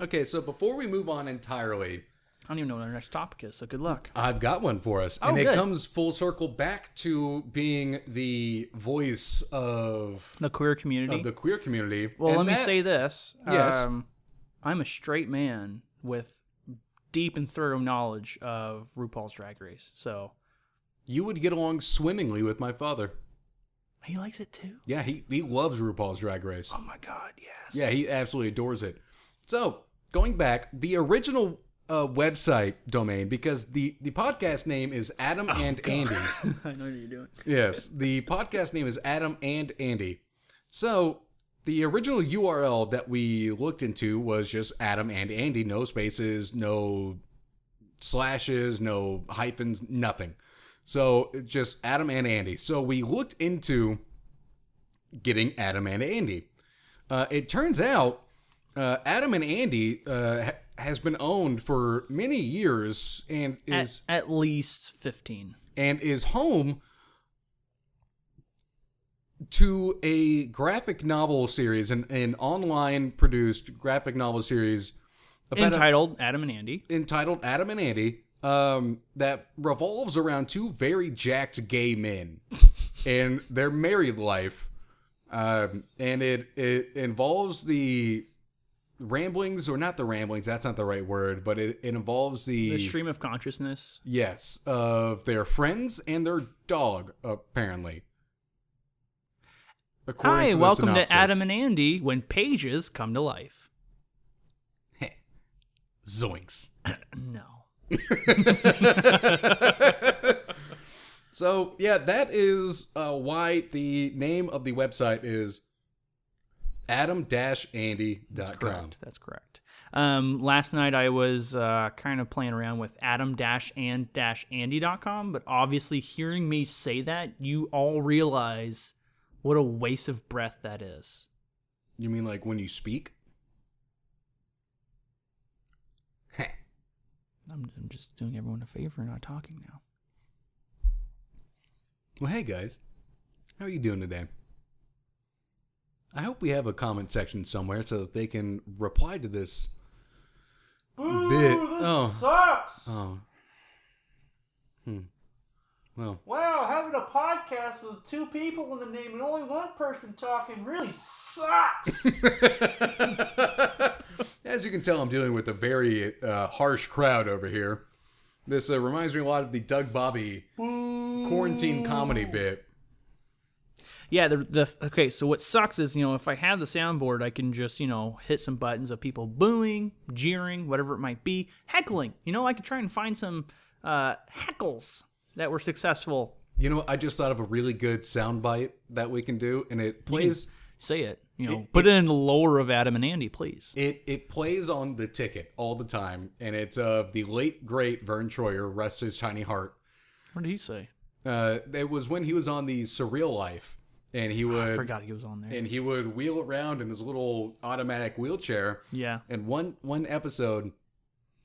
Speaker 1: Okay, so before we move on entirely,
Speaker 2: don't even know what our next topic is, so good luck.
Speaker 1: I've got one for us, and it
Speaker 2: Oh, good.
Speaker 1: comes full circle back to being the voice of
Speaker 2: The queer community.
Speaker 1: of the queer community.
Speaker 2: well,
Speaker 1: And
Speaker 2: let me
Speaker 1: that-
Speaker 2: say this.
Speaker 1: Yes.
Speaker 2: Um, I'm a straight man with deep and thorough knowledge of RuPaul's Drag Race, so
Speaker 1: you would get along swimmingly with my father.
Speaker 2: he likes it too.
Speaker 1: Yeah, he he loves RuPaul's Drag Race.
Speaker 2: Oh my God, yes.
Speaker 1: Yeah, he absolutely adores it. So going back, the original uh, website domain because the the podcast name is Adam
Speaker 2: Oh,
Speaker 1: and Andy.
Speaker 2: [laughs] I know what you're doing.
Speaker 1: Yes, the podcast name is Adam and Andy. So the original URL that we looked into was just Adam and Andy, no spaces, no slashes, no hyphens, nothing. So just Adam and Andy. So we looked into getting Adam and Andy. Uh, it turns out uh, Adam and Andy uh, ha- has been owned for many years and is
Speaker 2: At, at least 15.
Speaker 1: and is home to a graphic novel series, an, an online produced graphic novel series about a-
Speaker 2: Entitled Adam and Andy.
Speaker 1: entitled Adam and
Speaker 2: [laughs]
Speaker 1: Andy um, that revolves around two very jacked gay men. and their married life. Um, and it it involves the ramblings or not the ramblings. That's not the right word, but it, it involves the,
Speaker 2: The stream of consciousness.
Speaker 1: yes of their friends and their dog apparently. According
Speaker 2: Hi,
Speaker 1: the
Speaker 2: welcome
Speaker 1: synopsis.
Speaker 2: to Adam and Andy when pages come to life. [clears throat]
Speaker 1: Zoinks.
Speaker 2: No. [laughs]
Speaker 1: So yeah, that is uh, why the name of the website is
Speaker 2: That's
Speaker 1: adam-andy.com.
Speaker 2: correct. That's correct. Um, last night I was uh, kind of playing around with adam and andy.com, but obviously, hearing me say that, you all realize what a waste of breath that is.
Speaker 1: You mean like when you speak? Heh.
Speaker 2: I'm, I'm just doing everyone a favor and not talking now.
Speaker 1: Well, hey guys, how are you doing today? I hope we have a comment section somewhere so that they can reply to this bit. Oh,
Speaker 3: Sucks.
Speaker 1: oh, hmm. Well,
Speaker 3: Wow, having a podcast with two people in the name and only one person talking really sucks.
Speaker 1: [laughs] As you can tell, I'm dealing with a very uh, harsh crowd over here. This uh, reminds me a lot of the Doug Bobby quarantine comedy bit.
Speaker 2: Yeah, the, the okay. So what sucks is you know if I have the soundboard, I can just you know hit some buttons of people booing, jeering, whatever it might be, heckling. You know, I could try and find some uh, heckles that were successful.
Speaker 1: You know, I just thought of a really good soundbite that we can do, and it plays
Speaker 2: Say it. You know, put it, in the lore of Adam and Andy, please.
Speaker 1: it it plays on the ticket all the time, and it's of the late great Vern Troyer, rest his tiny heart.
Speaker 2: What did he say?
Speaker 1: Uh, it was when he was on the Surreal Life, and he
Speaker 2: I
Speaker 1: would
Speaker 2: forgot he was on there.
Speaker 1: Uh, and he would wheel around in his little automatic wheelchair.
Speaker 2: yeah.
Speaker 1: And one one episode,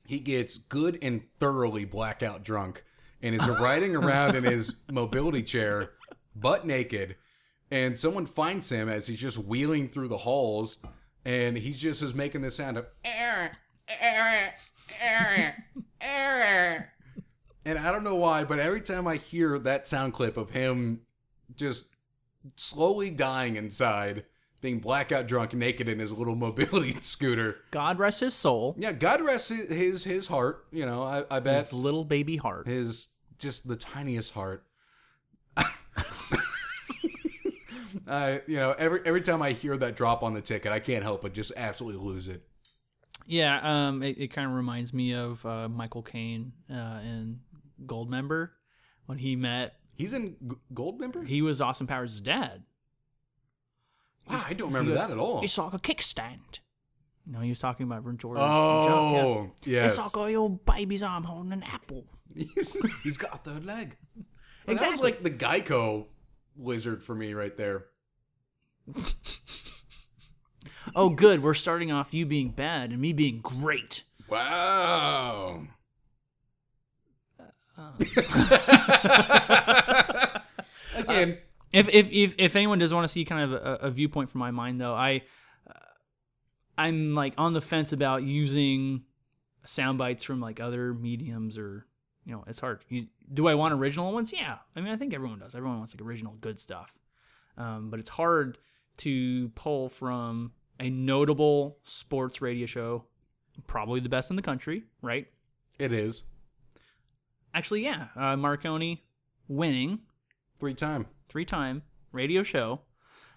Speaker 1: he gets good and thoroughly blackout drunk and is riding around in his mobility chair, butt naked, and someone finds him as he's just wheeling through the halls, and he just is making the sound of err, err, err, err. And I don't know why, but every time I hear that sound clip of him just slowly dying inside, being blackout drunk, naked in his little mobility [laughs] scooter.
Speaker 2: God rest his soul.
Speaker 1: Yeah, God rest his his, his heart. You know, I, I bet
Speaker 2: His little baby heart.
Speaker 1: his just the tiniest heart. [laughs] I you know every every time I hear that drop on the ticket, I can't help but just absolutely lose it.
Speaker 2: Yeah, um, it, it kind of reminds me of uh, Michael Caine uh, in Goldmember when he met.
Speaker 1: He's in G- Goldmember.
Speaker 2: He was Austin Powers' dad.
Speaker 1: wow, I don't remember
Speaker 2: he goes,
Speaker 1: that at all.
Speaker 2: It's like a kickstand. No, he was talking about Vern Jordan's jump.
Speaker 1: Oh,
Speaker 2: Yeah.
Speaker 1: yes.
Speaker 2: It's like a old baby's arm holding an apple.
Speaker 1: [laughs] He's- he's got a third leg. Well, That was
Speaker 2: Exactly.
Speaker 1: like the Geico lizard for me right there.
Speaker 2: oh, good. We're starting off you being bad and me being great.
Speaker 1: Wow.
Speaker 2: Uh, um.
Speaker 1: [laughs] Again,
Speaker 2: If if if, if anyone does want to see kind of a, a viewpoint from my mind, though, I uh, I'm like on the fence about using sound bites from like other mediums or you know it's hard. You, do I want original ones? Yeah, I mean I think everyone does. Everyone wants like original good stuff, um, but it's hard to pull from a notable sports radio show, probably the best in the country, right?
Speaker 1: it is
Speaker 2: Actually, yeah, uh, Marconi winning
Speaker 1: three time.
Speaker 2: three time radio show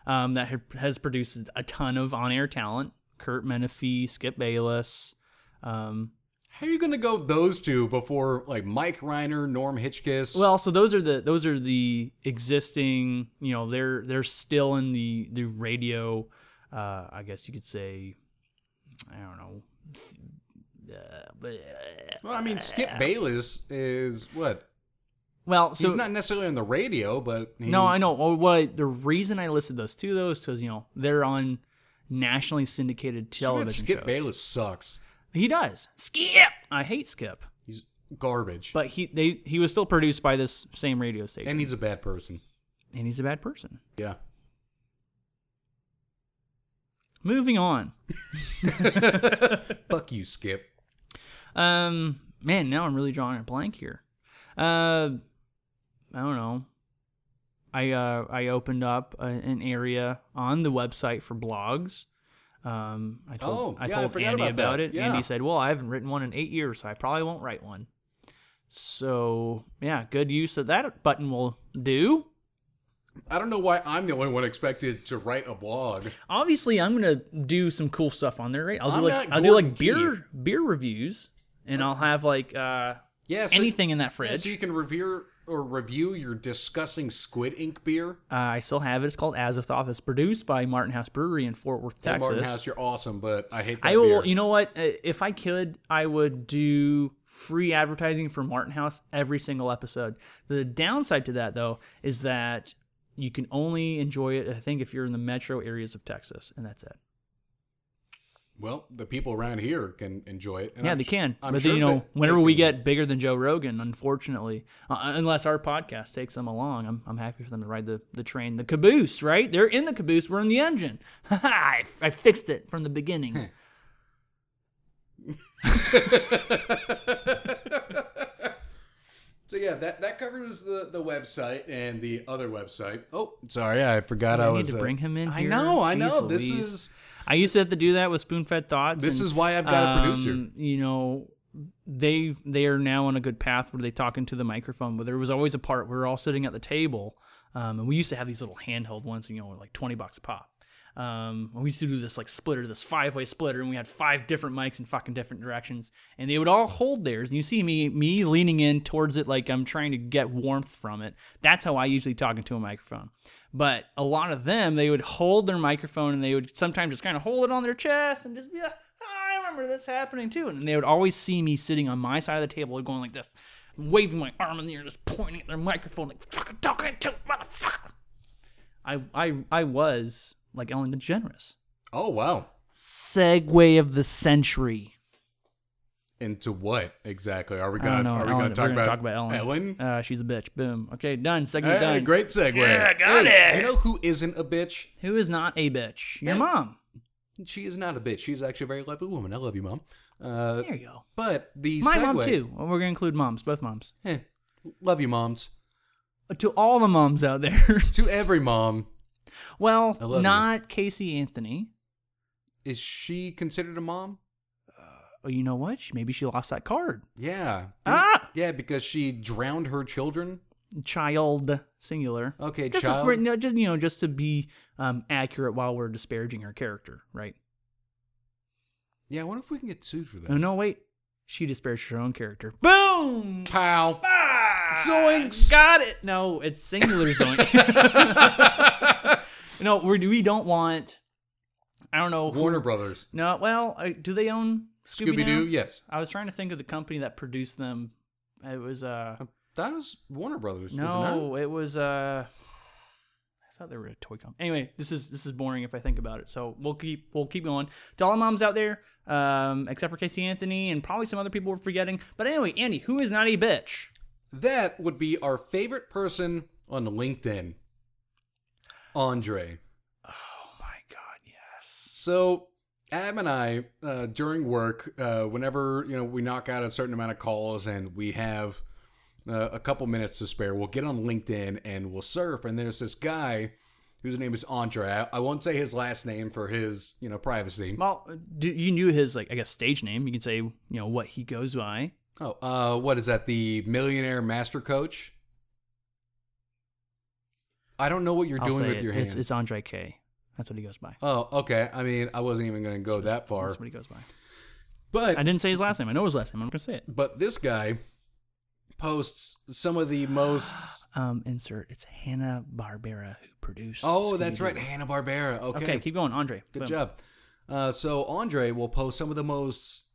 Speaker 2: um, that ha- has produced a ton of on air talent. Kurt Menefee, Skip Bayless. Um,
Speaker 1: How are you going to go those two before like Mike Reiner, Norm Hitchkiss?
Speaker 2: well, so those are the those are the existing. You know, they're they're still in the the radio. Uh, I guess you could say, I don't know. Uh, bleh.
Speaker 1: Well, I mean, Skip Bayless is what?
Speaker 2: well, so
Speaker 1: He's not necessarily on the radio, but he,
Speaker 2: No, I know. Well, what the reason I listed those two though is because you know they're on nationally syndicated
Speaker 1: even
Speaker 2: television.
Speaker 1: Skip
Speaker 2: shows.
Speaker 1: Bayless sucks.
Speaker 2: He does. Skip. I hate Skip,
Speaker 1: He's garbage,
Speaker 2: but he they he was still produced by this same radio station,
Speaker 1: and he's a bad person.
Speaker 2: and he's a bad person. [laughs]
Speaker 1: Yeah.
Speaker 2: Moving on.
Speaker 1: Fuck you, Skip.
Speaker 2: Um, man, now I'm really drawing a blank here. Uh, I don't know. I uh, I opened up a, an area on the website for blogs. Um, I told
Speaker 1: Oh,
Speaker 2: I
Speaker 1: yeah, I
Speaker 2: told
Speaker 1: forgot
Speaker 2: Andy
Speaker 1: about that.
Speaker 2: about it.
Speaker 1: Yeah.
Speaker 2: Andy said, "Well, I haven't written one in eight years, so I probably won't write one." So yeah, good use of that button will do.
Speaker 1: I don't know why I'm the only one expected to write a blog.
Speaker 2: Obviously, I'm gonna do some cool stuff on there. Right? I'll do
Speaker 1: I'm
Speaker 2: like
Speaker 1: not
Speaker 2: I'll do
Speaker 1: Gordon
Speaker 2: like beer beer reviews, and I'll have like uh,
Speaker 1: Yeah, so,
Speaker 2: anything in that
Speaker 1: yeah,
Speaker 2: fridge.
Speaker 1: so you can revere or review your disgusting squid ink beer.
Speaker 2: Uh, I still have it. It's called Azathoth. It's produced by Martin House Brewery in Fort Worth,
Speaker 1: Hey,
Speaker 2: Texas.
Speaker 1: Martin House, you're awesome, but I hate that
Speaker 2: I will.
Speaker 1: beer.
Speaker 2: You know what? Uh, If I could, I would do free advertising for Martin House every single episode. The downside to that, though, is that you can only enjoy it. I think if you're in the metro areas of Texas, and that's it.
Speaker 1: well, the people around here can enjoy it. and
Speaker 2: yeah,
Speaker 1: I'm
Speaker 2: they
Speaker 1: su-
Speaker 2: can.
Speaker 1: I'm
Speaker 2: but
Speaker 1: sure
Speaker 2: then, you know,
Speaker 1: that they
Speaker 2: whenever we
Speaker 1: can.
Speaker 2: get bigger than Joe Rogan, unfortunately, uh, unless our podcast takes them along, I'm, I'm happy for them to ride the, the train, the caboose. Right? They're in the caboose. We're in the engine. [laughs] Ha ha! I- I fixed it from the beginning.
Speaker 1: [laughs] So yeah, that that covers the the website and the other website. Oh, sorry, I forgot
Speaker 2: I
Speaker 1: I
Speaker 2: need
Speaker 1: was.
Speaker 2: to
Speaker 1: uh,
Speaker 2: bring him in
Speaker 1: I
Speaker 2: here.
Speaker 1: know, I
Speaker 2: Jeez
Speaker 1: know. This
Speaker 2: Louise.
Speaker 1: is
Speaker 2: I used to have to do that with spoon fed thoughts.
Speaker 1: this
Speaker 2: and,
Speaker 1: is why I've got a producer.
Speaker 2: um, You know, they they are now on a good path where they talk into the microphone. But there was always a part where we were all sitting at the table, um, and we used to have these little handheld ones, you know, like twenty bucks a pop. Um, and we used to do this like splitter, this five way splitter, and we had five different mics in fucking different directions, and they would all hold theirs. And you see me me leaning in towards it like I'm trying to get warmth from it. That's how I usually talk into a microphone. But a lot of them, they would hold their microphone and they would sometimes just kind of hold it on their chest and just be like, "Ah, I remember this happening too. And they would always see me sitting on my side of the table going like this, waving my arm in the air, just pointing at their microphone, like, fucking talking to motherfucker. I, I, I was like Ellen DeGeneres.
Speaker 1: Oh wow,
Speaker 2: Segway of the century.
Speaker 1: into what exactly? Are we
Speaker 2: I don't
Speaker 1: gonna
Speaker 2: know.
Speaker 1: are we
Speaker 2: Ellen,
Speaker 1: gonna,
Speaker 2: we're
Speaker 1: talk,
Speaker 2: gonna
Speaker 1: about
Speaker 2: talk about Ellen.
Speaker 1: Ellen?
Speaker 2: Uh, she's a bitch. Boom. Okay, done. Segway
Speaker 1: Hey,
Speaker 2: done.
Speaker 1: great segue.
Speaker 2: Yeah, got
Speaker 1: Hey,
Speaker 2: it.
Speaker 1: You know who isn't a bitch?
Speaker 2: Who is not a bitch? Your
Speaker 1: Hey.
Speaker 2: mom.
Speaker 1: She is not a bitch. She's actually a very lovely woman. I love you, mom. Uh,
Speaker 2: There you go.
Speaker 1: but the
Speaker 2: My mom
Speaker 1: segue-
Speaker 2: too. Well, we're gonna include moms, both moms.
Speaker 1: Eh, love you, moms.
Speaker 2: To all the moms out there. [laughs]
Speaker 1: To every mom,
Speaker 2: well,
Speaker 1: I love you.
Speaker 2: not Casey Anthony.
Speaker 1: is she considered a mom?
Speaker 2: Oh, you know what? She- Maybe she lost that card.
Speaker 1: Yeah.
Speaker 2: Ah!
Speaker 1: Yeah, because she drowned her children.
Speaker 2: Child singular.
Speaker 1: Okay,
Speaker 2: Just
Speaker 1: child.
Speaker 2: for no, just you know, just to be um, accurate while we're disparaging her character, right?
Speaker 1: yeah, I wonder if we can get sued for that.
Speaker 2: Oh no, wait. She disparaged her own character. Boom!
Speaker 1: Pow.
Speaker 2: [laughs] Ah!
Speaker 1: Zoinks!
Speaker 2: Got it. No, it's singular
Speaker 1: [laughs]
Speaker 2: zoink. no, we're, we don't want. I don't know. who-
Speaker 1: Warner Brothers.
Speaker 2: No, well, uh, do they own
Speaker 1: Scooby Doo, yes.
Speaker 2: I was trying to think of the company that produced them. It was uh
Speaker 1: That was Warner Brothers. was it not?
Speaker 2: no, it, was uh I thought they were a toy company. Anyway, this is this is boring if I think about it. So we'll keep we'll keep going. To all the moms out there, um, except for Casey Anthony and probably some other people we're forgetting. But anyway, Andy, who is not a bitch?
Speaker 1: That would be our favorite person on LinkedIn, Andre.
Speaker 2: Oh my god, yes.
Speaker 1: So, Ab and I, uh, during work, uh, whenever you know we knock out a certain amount of calls and we have uh, a couple minutes to spare, we'll get on LinkedIn and we'll surf. And there's this guy whose name is Andre. I, I won't say his last name for his you know privacy.
Speaker 2: Well, do, you knew his like I guess stage name. You can say you know what he goes by.
Speaker 1: Oh, uh, what is that? The millionaire master coach. I don't know what you're
Speaker 2: I'll
Speaker 1: doing
Speaker 2: say
Speaker 1: with
Speaker 2: it.
Speaker 1: your
Speaker 2: it's,
Speaker 1: hands.
Speaker 2: it's Andre K. That's what he goes by.
Speaker 1: Oh, okay. I mean, I wasn't even going to go that far,
Speaker 2: That's what he goes by.
Speaker 1: but
Speaker 2: I didn't say his last name. I know his last name. I'm not gonna say it.
Speaker 1: but this guy posts some of the
Speaker 2: [gasps]
Speaker 1: most
Speaker 2: Um, insert. It's Hannah Barbera who produced.
Speaker 1: oh that's
Speaker 2: Scooby-Doo.
Speaker 1: right hanna barbera okay,
Speaker 2: Okay. keep going, Andre.
Speaker 1: good
Speaker 2: Boom.
Speaker 1: job uh, so andre will post some of the most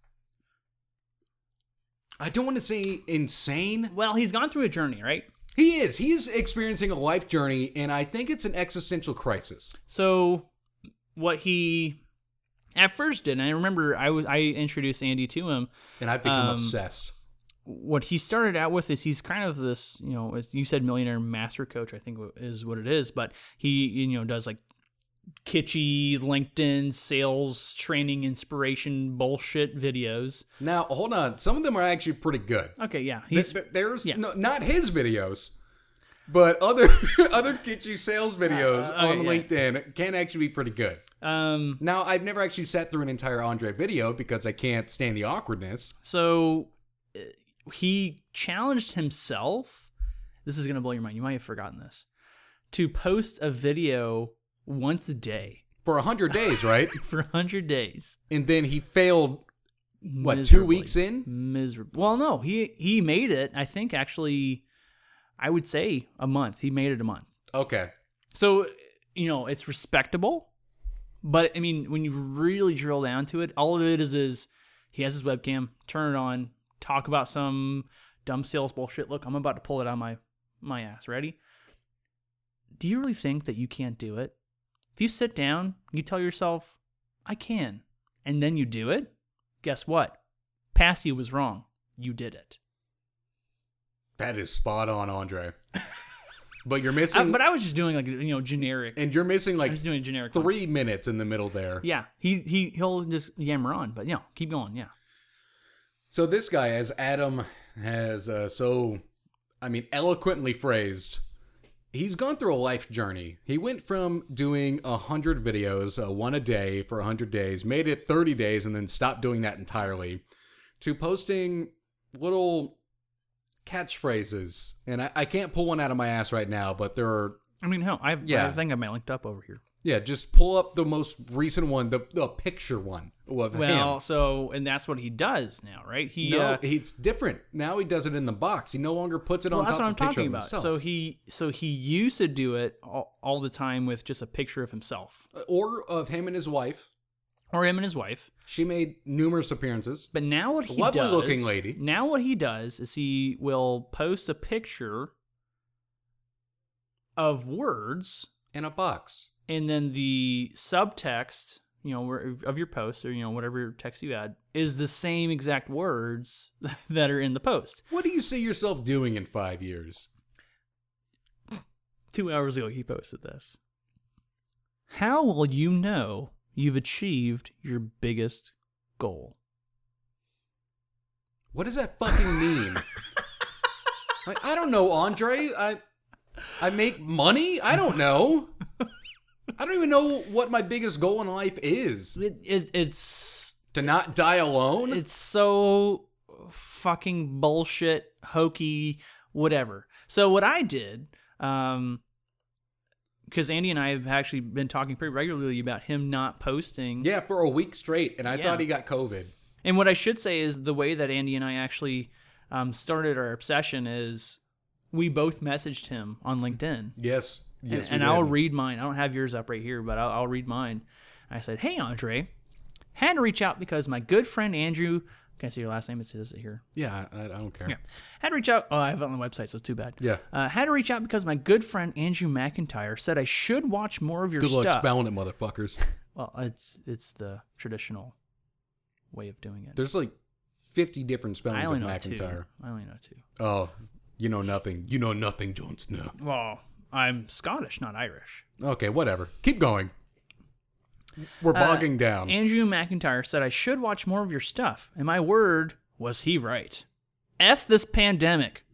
Speaker 1: i don't want to say insane
Speaker 2: Well, he's gone through a journey, right?
Speaker 1: he is he's experiencing a life journey and i think it's an existential crisis
Speaker 2: So, what he at first did, and I remember I was I introduced Andy to him.
Speaker 1: and i've become
Speaker 2: Um,
Speaker 1: obsessed
Speaker 2: What he started out with is he's kind of this, you know, as you said millionaire master coach, I think is what it is. But he, you know, does like kitschy LinkedIn sales training inspiration bullshit videos.
Speaker 1: now hold on some of them are actually pretty good
Speaker 2: Okay, yeah,
Speaker 1: Th-
Speaker 2: he's
Speaker 1: th- there's
Speaker 2: yeah.
Speaker 1: no, not his videos But other [laughs] other kitschy sales videos
Speaker 2: Uh, okay,
Speaker 1: on
Speaker 2: yeah.
Speaker 1: LinkedIn can actually be pretty good.
Speaker 2: Um,
Speaker 1: Now, I've never actually sat through an entire Andre video because I can't stand the awkwardness.
Speaker 2: so uh, he challenged himself. This is going to blow your mind. You might have forgotten this. To post a video once a day [laughs]
Speaker 1: For 100 days, right?
Speaker 2: for 100 days.
Speaker 1: and then he failed What, two
Speaker 2: Miserably.
Speaker 1: weeks in?
Speaker 2: Miserable. Well, no, he he made it. I think actually, I would say a month. He made it a month.
Speaker 1: Okay.
Speaker 2: So you know, it's respectable, but I mean, when you really drill down to it, all of it is is he has his webcam, turn it on, talk about some dumb sales bullshit. Look, I'm about to pull it out of my my ass. Ready? Do you really think that you can't do it? If you sit down, you tell yourself, "I can," and then you do it. Guess what? Passy was wrong. You did it.
Speaker 1: That is spot on,
Speaker 2: [laughs]
Speaker 1: Andre. but you're
Speaker 2: I-
Speaker 1: missing
Speaker 2: Uh, but I was just doing like you know generic.
Speaker 1: and you're missing
Speaker 2: I
Speaker 1: like
Speaker 2: was doing a generic. one.
Speaker 1: 3 minutes in the middle there.
Speaker 2: Yeah, he he he'll just yammer on, but yeah, keep going. Yeah,
Speaker 1: So this guy as Adam has uh, so I mean eloquently phrased He's gone through a life journey. He went from doing 100 videos, uh, one a day for 100 days, made it 30 days, and then stopped doing that entirely, to posting little catchphrases. And I, I can't pull one out of my ass right now, but there are
Speaker 2: I mean, hell, I've,
Speaker 1: Yeah.
Speaker 2: I think I might linked up over here.
Speaker 1: Yeah, just pull up the most recent one, the, the picture one of
Speaker 2: Well,
Speaker 1: him.
Speaker 2: so and that's what he does now, right? He
Speaker 1: No,
Speaker 2: uh,
Speaker 1: it's different. Now he does it in the box. He no longer puts it
Speaker 2: well,
Speaker 1: on top
Speaker 2: that's what
Speaker 1: of
Speaker 2: I'm
Speaker 1: the picture
Speaker 2: talking
Speaker 1: of
Speaker 2: about.
Speaker 1: himself.
Speaker 2: So he so he used to do it all, all the time with just a picture of himself
Speaker 1: or of him and his wife.
Speaker 2: or him and his wife.
Speaker 1: She made numerous appearances.
Speaker 2: But now what he
Speaker 1: Lovely
Speaker 2: does,
Speaker 1: looking lady.
Speaker 2: Now what he does is he will post a picture of words
Speaker 1: In a box.
Speaker 2: and then the subtext you know where- of your post or you know whatever text you add is the same exact words [laughs] that are in the post
Speaker 1: What do you see yourself doing in five years?
Speaker 2: two hours ago he posted this how will you know you've achieved your biggest goal
Speaker 1: What does that fucking
Speaker 2: [laughs]
Speaker 1: mean? like, I don't know, Andre. I I make money? I don't know. I don't even know what my biggest goal in life is.
Speaker 2: it, it, it's
Speaker 1: To not die alone?
Speaker 2: it's so fucking bullshit hokey whatever so what i did um because andy and i have actually been talking pretty regularly about him not posting
Speaker 1: Yeah, for a week straight, and I
Speaker 2: Yeah.
Speaker 1: thought he got COVID.
Speaker 2: And what I should say is the way that Andy and I actually um, started our obsession is we both messaged him on LinkedIn.
Speaker 1: Yes, yes,
Speaker 2: and
Speaker 1: we
Speaker 2: and I'll
Speaker 1: did.
Speaker 2: read mine. I don't have yours up right here, but I'll, I'll read mine. I said, Hey, Andre, had to reach out because my good friend Andrew, can I see your last name? It says it here.
Speaker 1: Yeah, I, I don't care.
Speaker 2: Yeah. Had to reach out. Oh, I have it on the website, so too bad.
Speaker 1: Yeah.
Speaker 2: Uh, had to reach out because my good friend Andrew McIntyre said I should watch more of your
Speaker 1: Good
Speaker 2: stuff.
Speaker 1: luck spelling it, motherfuckers.
Speaker 2: Well, it's it's the traditional way of doing it.
Speaker 1: There's like 50 different
Speaker 2: I
Speaker 1: spellings of
Speaker 2: only know two.
Speaker 1: McIntyre.
Speaker 2: I only know two.
Speaker 1: Oh, you know nothing. You know nothing, Jon Snow.
Speaker 2: Well, I'm Scottish, not Irish.
Speaker 1: Okay, whatever. Keep going. We're
Speaker 2: Uh,
Speaker 1: bogging down.
Speaker 2: Andrew McIntyre said I should watch more of your stuff, and my word, was he right. F this pandemic.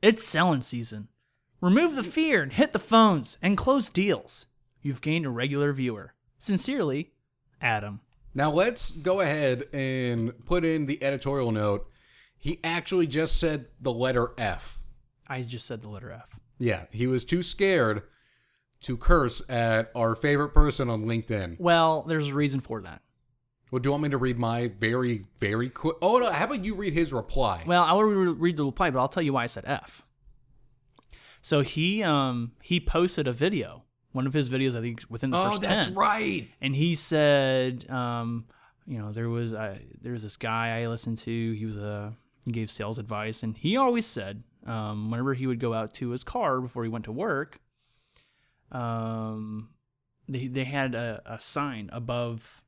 Speaker 2: It's selling season. Remove the fear and hit the phones and close deals. You've gained a regular viewer. Sincerely, Adam.
Speaker 1: now let's go ahead and put in the editorial note. He actually just said the letter F.
Speaker 2: I just said the letter F.
Speaker 1: Yeah, he was too scared to curse at our favorite person on LinkedIn.
Speaker 2: Well, there's a reason for that.
Speaker 1: Well, do you want me to read my very, very quick? Oh, no, how about you read his reply?
Speaker 2: Well, I will re- read the reply, but I'll tell you why I said F. So he um he posted a video, one of his videos, I think within the
Speaker 1: oh,
Speaker 2: first
Speaker 1: that's
Speaker 2: ten.
Speaker 1: right.
Speaker 2: and he said, um, you know, there was I, there was this guy I listened to. He was a he gave sales advice, and he always said, um, whenever he would go out to his car before he went to work, um, they they had a, a sign above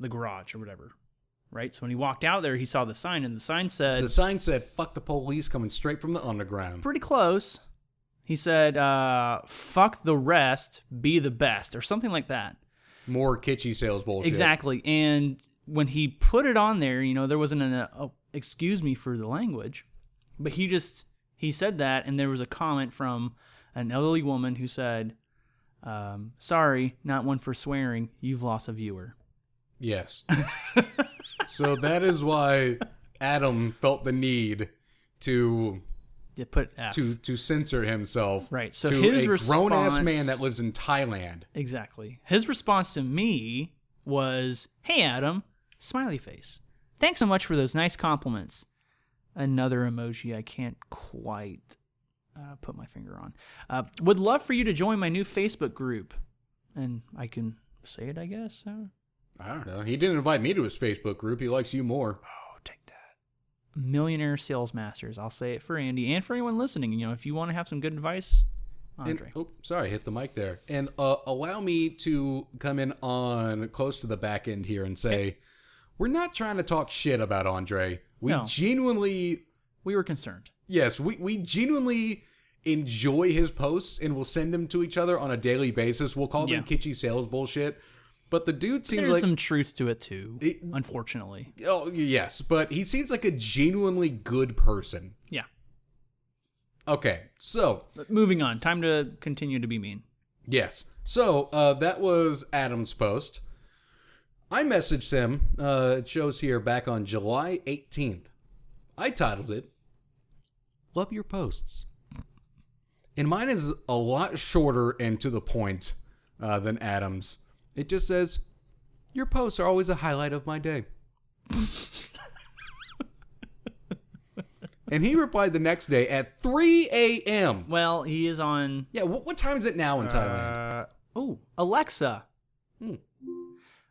Speaker 2: the garage or whatever, right? So when he walked out there, he saw the sign, and the sign said,
Speaker 1: The sign said, fuck the police coming straight from the underground.
Speaker 2: pretty close. He said, uh, "Fuck the rest, be the best," or something like that.
Speaker 1: More kitschy sales bullshit.
Speaker 2: Exactly. And when he put it on there, you know, there wasn't an uh, oh, excuse me for the language, but he just he said that, and there was a comment from an elderly woman who said, um, "Sorry, not one for swearing. You've lost a viewer." [laughs]
Speaker 1: Yes. so that is why Adam felt the need to
Speaker 2: You put F.
Speaker 1: to to censor himself.
Speaker 2: Right, so
Speaker 1: to
Speaker 2: his
Speaker 1: a grown ass
Speaker 2: response-
Speaker 1: man that lives in Thailand.
Speaker 2: Exactly. His response to me was, "Hey Adam, smiley face. Thanks so much for those nice compliments." Another emoji I can't quite uh, put my finger on. Uh, would love for you to join my new Facebook group, and I can say it, I guess. Uh,
Speaker 1: I don't know. He didn't invite me to his Facebook group. He likes you more.
Speaker 2: oh, take that. Millionaire Sales Masters. I'll say it for Andy and for anyone listening. You know, if you want to have some good advice,
Speaker 1: And,
Speaker 2: Andre.
Speaker 1: oh, sorry, hit the mic there. And uh, allow me to come in on close to the back end here and say, we're not trying to talk shit about Andre. We
Speaker 2: No.
Speaker 1: genuinely,
Speaker 2: we were concerned.
Speaker 1: yes, we, we genuinely enjoy his posts and we'll send them to each other on a daily basis. We'll call
Speaker 2: Yeah.
Speaker 1: them kitschy sales bullshit. But the dude seems
Speaker 2: There's
Speaker 1: like
Speaker 2: some truth to it too,
Speaker 1: It-
Speaker 2: unfortunately.
Speaker 1: oh yes, but he seems like a genuinely good person.
Speaker 2: Yeah.
Speaker 1: Okay, so
Speaker 2: Moving on. Time to continue to be mean.
Speaker 1: Yes. So uh, that was Adam's post. I messaged him. Uh, it shows here back on July 18th. I titled it "Love Your Posts," and mine is a lot shorter and to the point uh, than Adam's. It just says, "Your posts are always a highlight of my day." and he replied the next day at 3 a.m.
Speaker 2: Well, he is on.
Speaker 1: Yeah, what, what time is it now in Thailand?
Speaker 2: Uh, oh, Alexa.
Speaker 1: Hmm.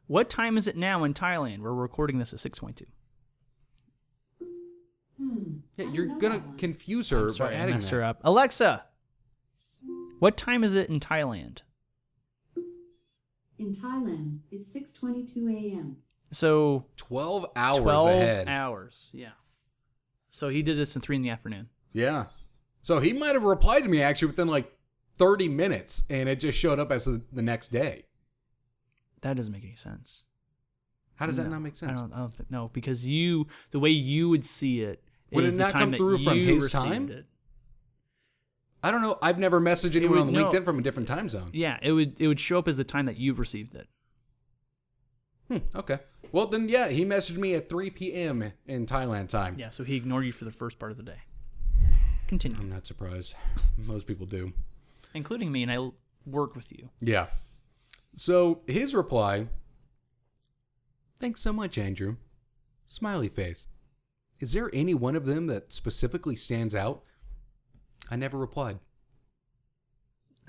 Speaker 2: What time is it now in Thailand? We're recording this at 6.22.
Speaker 1: Yeah, you're gonna confuse her
Speaker 2: Sorry,
Speaker 1: by
Speaker 2: I
Speaker 1: adding
Speaker 2: messed
Speaker 1: that.
Speaker 2: her up. Alexa. What time is it in Thailand?
Speaker 4: In Thailand, it's 6:22 a.m.
Speaker 2: So
Speaker 1: Twelve hours
Speaker 2: 12
Speaker 1: ahead.
Speaker 2: hours. Yeah. So he did this in 3 in the afternoon.
Speaker 1: yeah. So he might have replied to me actually within like thirty minutes, and it just showed up as the, the next day.
Speaker 2: That doesn't make any sense.
Speaker 1: How does that
Speaker 2: No,
Speaker 1: not make
Speaker 2: I
Speaker 1: sense?
Speaker 2: don't, I don't think no, because you the way you would see it is
Speaker 1: Would it
Speaker 2: the
Speaker 1: not
Speaker 2: time
Speaker 1: come
Speaker 2: that
Speaker 1: through from
Speaker 2: you
Speaker 1: his
Speaker 2: received
Speaker 1: time?
Speaker 2: It.
Speaker 1: I don't know. I've never messaged anyone
Speaker 2: would-
Speaker 1: on
Speaker 2: no.
Speaker 1: LinkedIn from a different time zone.
Speaker 2: Yeah, it would it would show up as the time that you received it.
Speaker 1: Hmm, okay. Well then, yeah, he messaged me at three p.m. in Thailand time.
Speaker 2: Yeah, so he ignored you for the first part of the day. Continue,
Speaker 1: I'm not surprised. [laughs] Most people do.
Speaker 2: including me, and I l- work with you.
Speaker 1: Yeah. So his reply Thanks so much, Andrew. Smiley face. Is there any one of them that specifically stands out? I never replied.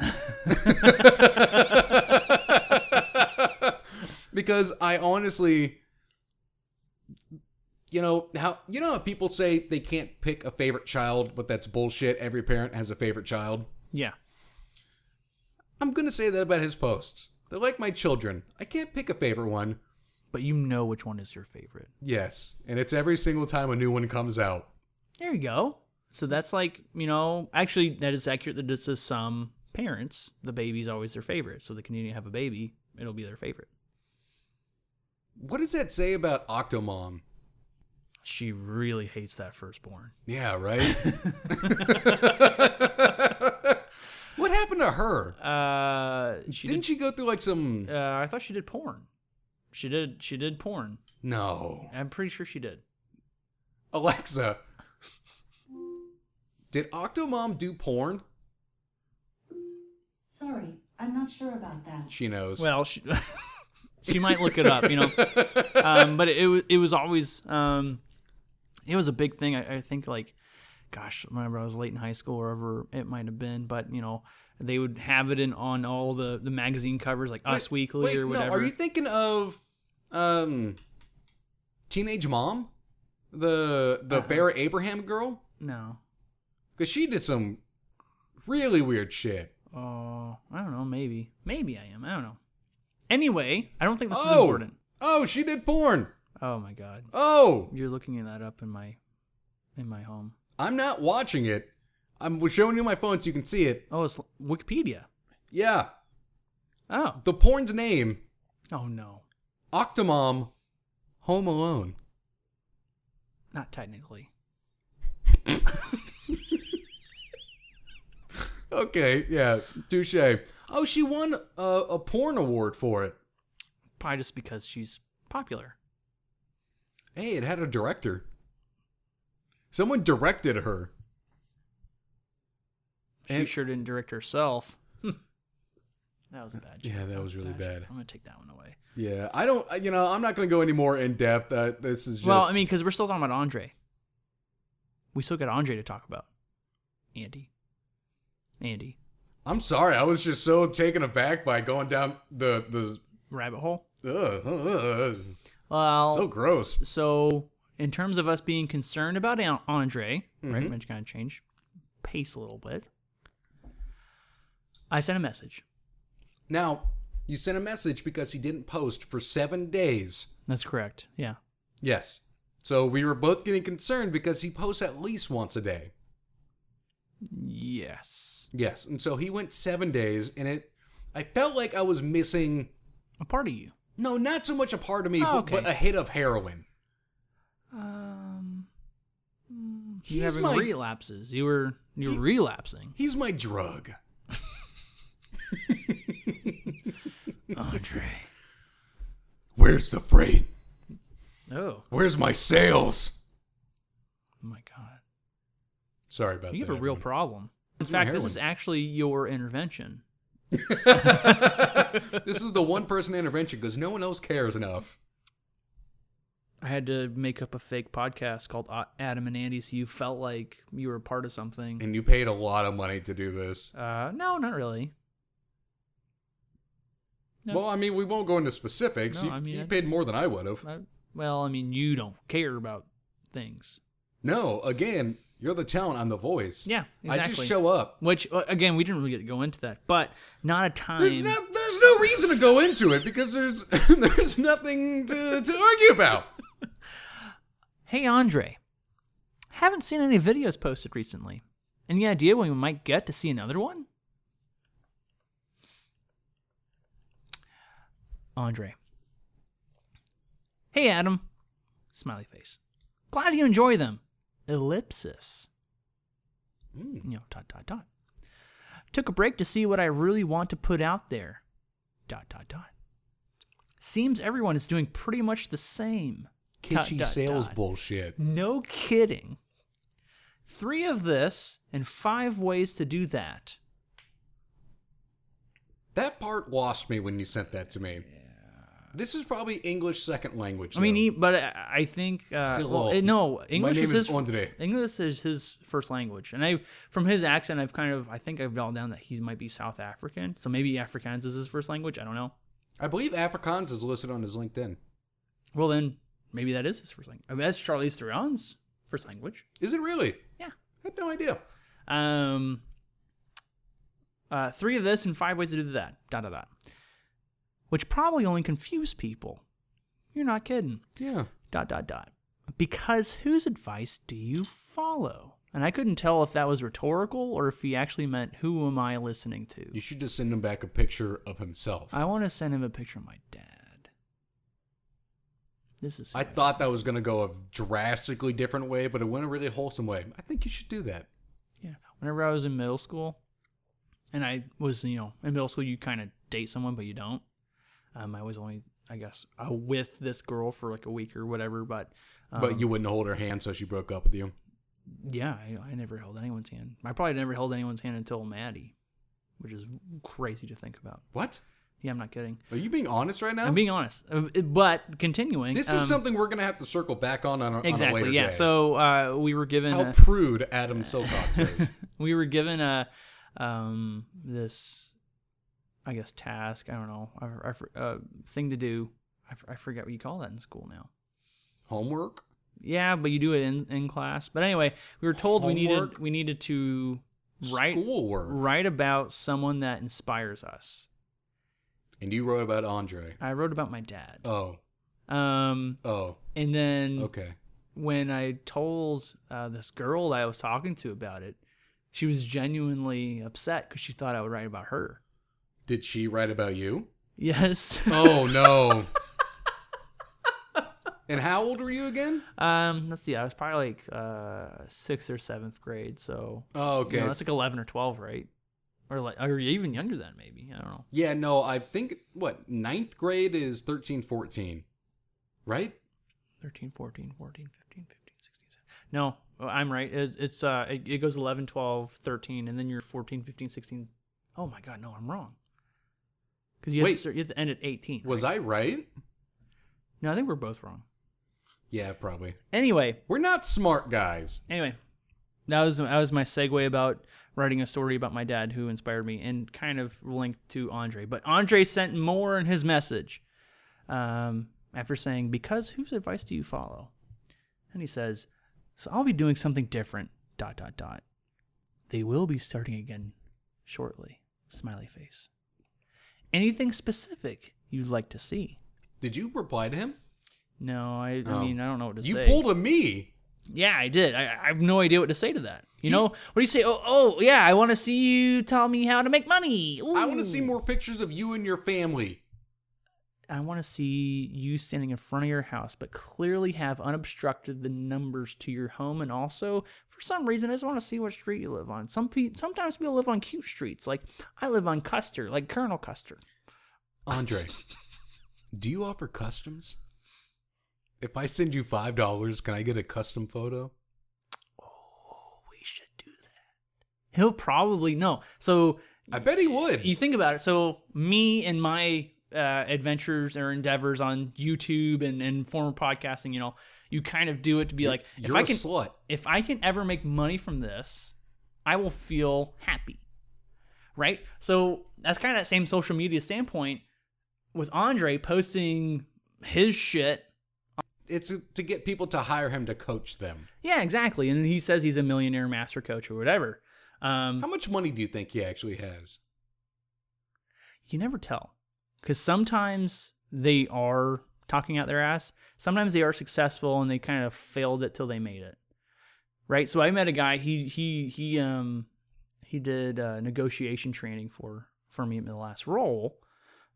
Speaker 1: [laughs] because I honestly you know how you know how people say they can't pick a favorite child, but that's bullshit. Every parent has a favorite child.
Speaker 2: Yeah,
Speaker 1: I'm going to say that about his posts. They're like my children. I can't pick a favorite one.
Speaker 2: but you know which one is your favorite.
Speaker 1: Yes. And it's every single time a new one comes out.
Speaker 2: There you go. So that's like you know, actually, that is accurate. That this is some parents, the baby's always their favorite. So they continue to have a baby, it'll be their favorite.
Speaker 1: What does that say about Octomom?
Speaker 2: She really hates that firstborn.
Speaker 1: Yeah, right? [laughs] what happened to her?
Speaker 2: Uh, she
Speaker 1: Didn't she go through like some.
Speaker 2: Uh, I thought she did porn. She did. She did porn.
Speaker 1: No.
Speaker 2: I'm pretty sure she did.
Speaker 1: Alexa. Did Octomom do porn?
Speaker 4: Sorry, I'm not sure about that.
Speaker 1: She knows.
Speaker 2: Well, she [laughs] she might look it up, you know. Um, but it wa- it was always um, it was a big thing. I, I think like, gosh, whenever I was late in high school, wherever it might have been, but you know. They would have it in on all the, the magazine covers, like Us
Speaker 1: Wait-
Speaker 2: Weekly
Speaker 1: wait,
Speaker 2: or whatever.
Speaker 1: No, are you thinking of um Teenage Mom? The the
Speaker 2: Uh-huh.
Speaker 1: Vera Abraham girl?
Speaker 2: no.
Speaker 1: Because she did some really weird shit.
Speaker 2: Oh, I don't know. Maybe, maybe I am. I don't know. Anyway, I don't think this is
Speaker 1: Oh.
Speaker 2: important.
Speaker 1: Oh, she did porn.
Speaker 2: Oh my god,
Speaker 1: Oh,
Speaker 2: you're looking that up in my in my home.
Speaker 1: I'm not watching it. I'm showing you my phone so you can see it.
Speaker 2: Oh, it's Wikipedia.
Speaker 1: Yeah,
Speaker 2: Oh.
Speaker 1: the porn's name
Speaker 2: Oh no.
Speaker 1: Octomom Home Alone.
Speaker 2: Not technically.
Speaker 1: Okay, yeah, touche. Oh, she won a, a porn award for it.
Speaker 2: Probably just because she's popular.
Speaker 1: Hey, it had a director. Someone directed her.
Speaker 2: She
Speaker 1: And-
Speaker 2: sure didn't direct herself. [laughs] that was a bad.
Speaker 1: Yeah,
Speaker 2: joke.
Speaker 1: that was
Speaker 2: a
Speaker 1: really
Speaker 2: joke.
Speaker 1: bad.
Speaker 2: I'm gonna take that one away.
Speaker 1: Yeah, I don't. You know, I'm not going to go any more in depth. Uh, this is just.
Speaker 2: Well, I mean, because we're still talking about Andre. We still got Andre to talk about. Andy. Andy.
Speaker 1: I'm sorry. I was just so taken aback by going down the the.
Speaker 2: Rabbit hole.
Speaker 1: Ugh, ugh,
Speaker 2: Well,
Speaker 1: ugh. so gross.
Speaker 2: So, in terms of us being concerned about An- Andre,
Speaker 1: Mm-hmm.
Speaker 2: right? Which kind of change pace a little bit. I sent a message.
Speaker 1: Now, you sent a message because he didn't post for seven days.
Speaker 2: That's correct. Yeah.
Speaker 1: Yes. So we were both getting concerned because he posts at least once a day.
Speaker 2: Yes.
Speaker 1: Yes. And so he went seven days, and it. I felt like I was missing.
Speaker 2: A part of you.
Speaker 1: No, not so much a part of me,
Speaker 2: Oh,
Speaker 1: but,
Speaker 2: okay.
Speaker 1: but a hit of heroin.
Speaker 2: Um. mm,
Speaker 1: He's
Speaker 2: You having
Speaker 1: my-
Speaker 2: relapses. You were you
Speaker 1: [laughs]
Speaker 2: were relapsing.
Speaker 1: He's my drug.
Speaker 2: Andre.
Speaker 1: Where's the freight?
Speaker 2: Oh
Speaker 1: Where's my sales?
Speaker 2: my God.
Speaker 1: Sorry about
Speaker 2: You
Speaker 1: that.
Speaker 2: have a real
Speaker 1: everyone.
Speaker 2: problem. In
Speaker 1: It's my
Speaker 2: fact, this
Speaker 1: heroin.
Speaker 2: is actually your intervention.
Speaker 1: [laughs] this is the one person intervention because no one else cares enough.
Speaker 2: I had to make up a fake podcast called A- Adam and Andy, so you felt like you were a part of something.
Speaker 1: And you paid a lot of money to do this.
Speaker 2: Uh, no, not really. No.
Speaker 1: Well, I mean, we won't go into specifics.
Speaker 2: No,
Speaker 1: you,
Speaker 2: I mean,
Speaker 1: you
Speaker 2: I-
Speaker 1: paid more than I would have.
Speaker 2: I, Uh, well, I mean, you don't care about things.
Speaker 1: No, again, you're the talent. I'm the voice.
Speaker 2: Yeah,
Speaker 1: I
Speaker 2: exactly.
Speaker 1: just show up.
Speaker 2: Which uh, again, we didn't really get to go into that, but not a time.
Speaker 1: There's no, there's no reason to go into it because there's [laughs] there's nothing to, to argue about.
Speaker 2: hey, Andre, haven't seen any videos posted recently. Any idea when we might get to see another one? Andre. Hey, Adam. Smiley face. Glad you enjoy them. Ellipsis.
Speaker 1: Mm.
Speaker 2: you know, dot, dot, dot. Took a break to see what I really want to put out there. Dot, dot, dot. Seems everyone is doing pretty much the same. Dot,
Speaker 1: Kitschy
Speaker 2: dot,
Speaker 1: sales
Speaker 2: dot.
Speaker 1: bullshit.
Speaker 2: No kidding. Three of this and five ways to do that.
Speaker 1: That part lost me when you sent that to me. This is probably English second language.
Speaker 2: I mean,
Speaker 1: though.
Speaker 2: he, but I I think
Speaker 1: [laughs]
Speaker 2: uh,
Speaker 1: Hello.
Speaker 2: well, eh, no English
Speaker 1: Oh, My name
Speaker 2: is his
Speaker 1: Andre.
Speaker 2: English is his first language, and I from his accent, I've kind of I think I've dialed down that he might be South African, so maybe Afrikaans is his first language. I don't know.
Speaker 1: I believe Afrikaans is listed on his LinkedIn.
Speaker 2: Well, then maybe that is his first language. I mean, that's Charlize Theron's first language.
Speaker 1: Is it really?
Speaker 2: Yeah.
Speaker 1: I had no idea.
Speaker 2: Um, uh, three of this and five ways to do that. Dot dot dot. Which probably only confused people. You're not kidding.
Speaker 1: Yeah.
Speaker 2: Dot dot dot. Because whose advice do you follow? And I couldn't tell if that was rhetorical or if he actually meant who am I listening to.
Speaker 1: You should just send him back a picture of himself. I,
Speaker 2: I want to send him a picture of my dad. This is. who
Speaker 1: thought that was going to go a drastically different way, but it went a really wholesome way. I think you should do that.
Speaker 2: Yeah. Whenever I was in middle school, and I was, you know, in middle school, you kind of date someone, but you don't. Um, I was only, I guess, uh, with this girl for like a week or whatever, but. Um,
Speaker 1: but you wouldn't hold her hand, so she broke up with you.
Speaker 2: Yeah, I, I never held anyone's hand. I probably never held anyone's hand until Maddie, which is crazy to think about.
Speaker 1: What?
Speaker 2: Yeah, I'm not kidding.
Speaker 1: Are you being honest right now?
Speaker 2: I'm being honest. Uh, But continuing.
Speaker 1: this
Speaker 2: um,
Speaker 1: is something we're going to have to circle back on on a, on a
Speaker 2: Exactly.
Speaker 1: later
Speaker 2: Yeah.
Speaker 1: day.
Speaker 2: So uh, we were given.
Speaker 1: how
Speaker 2: a-
Speaker 1: prude Adam Silcox
Speaker 2: [laughs]
Speaker 1: is.
Speaker 2: we were given a um this i guess task i don't know I, I, for- uh, thing to do I, for- I forget what you call that in school now
Speaker 1: Homework.
Speaker 2: yeah but you do it in, in class but anyway we were told we
Speaker 1: Homework?
Speaker 2: needed we needed to write
Speaker 1: Schoolwork.
Speaker 2: write about someone that inspires us
Speaker 1: And you wrote about Andre.
Speaker 2: i wrote about my dad
Speaker 1: Oh.
Speaker 2: um
Speaker 1: Oh.
Speaker 2: and then
Speaker 1: Okay.
Speaker 2: when I told uh, this girl that I was talking to about it, she was genuinely upset because she thought I would write about her. [laughs]
Speaker 1: Did she write about you?
Speaker 2: Yes.
Speaker 1: Oh no. and how old were you again?
Speaker 2: Um, let's see. I was probably like uh sixth or seventh grade, so
Speaker 1: Oh,
Speaker 2: you know,
Speaker 1: okay.
Speaker 2: that's like eleven or twelve, right? or like or even younger than maybe. I don't know.
Speaker 1: Yeah, no, I think what ninth grade is 13, 14, right?
Speaker 2: 13, 14, 14, 15, 15, 16, 17. No, I'm right. It, it's uh, it, it goes 11, 12, 13, and then you're 14, 15, 16. Oh my God, no, I'm wrong. Because you, have to
Speaker 1: Wait.
Speaker 2: start- you have to end at 18.
Speaker 1: Was I right?
Speaker 2: No, I think we're both wrong.
Speaker 1: Yeah, probably.
Speaker 2: Anyway,
Speaker 1: We're not smart guys.
Speaker 2: anyway, that was that was my segue about writing a story about my dad who inspired me and kind of linked to Andre. But Andre sent more in his message um, after saying, "Because whose advice do you follow?" And he says, "So I'll be doing something different." Dot dot dot. They will be starting again shortly. Smiley face. Anything specific you'd like to see?
Speaker 1: Did you reply to him?
Speaker 2: No, I, I
Speaker 1: Oh.
Speaker 2: mean I don't know what to
Speaker 1: You
Speaker 2: say.
Speaker 1: pulled a me.
Speaker 2: Yeah, I did. I, I have no idea what to say to that. You know, what do you say? Oh, oh, yeah, I want to see you tell me how to make money.
Speaker 1: I want to see
Speaker 2: Ooh.
Speaker 1: more pictures of you and your family.
Speaker 2: I want to see you standing in front of your house, but clearly have unobstructed the numbers to your home. And also, for some reason, I just want to see what street you live on. Some pe- sometimes people live on cute streets. Like I live on Custer, like Colonel Custer.
Speaker 1: Andre, do you offer customs? If I send you five dollars, can I get a custom photo?
Speaker 2: Oh, we should do that. He'll probably know. So
Speaker 1: I bet he would.
Speaker 2: you think about it so me and my uh, adventures or endeavors on youtube and, and former podcasting you know you kind of do it to be like if
Speaker 1: You're
Speaker 2: i
Speaker 1: a
Speaker 2: can
Speaker 1: slut.
Speaker 2: if i can ever make money from this i will feel happy right so that's kind of that same social media standpoint with andre posting his shit
Speaker 1: It's to get people to hire him to coach them.
Speaker 2: yeah exactly and he says he's a millionaire master coach or whatever um,
Speaker 1: How much money do you think he actually has?
Speaker 2: you never tell because sometimes they are talking out their ass sometimes they are successful and they kind of failed it till they made it right so i met a guy he he he um he did uh, negotiation training for for me in the last role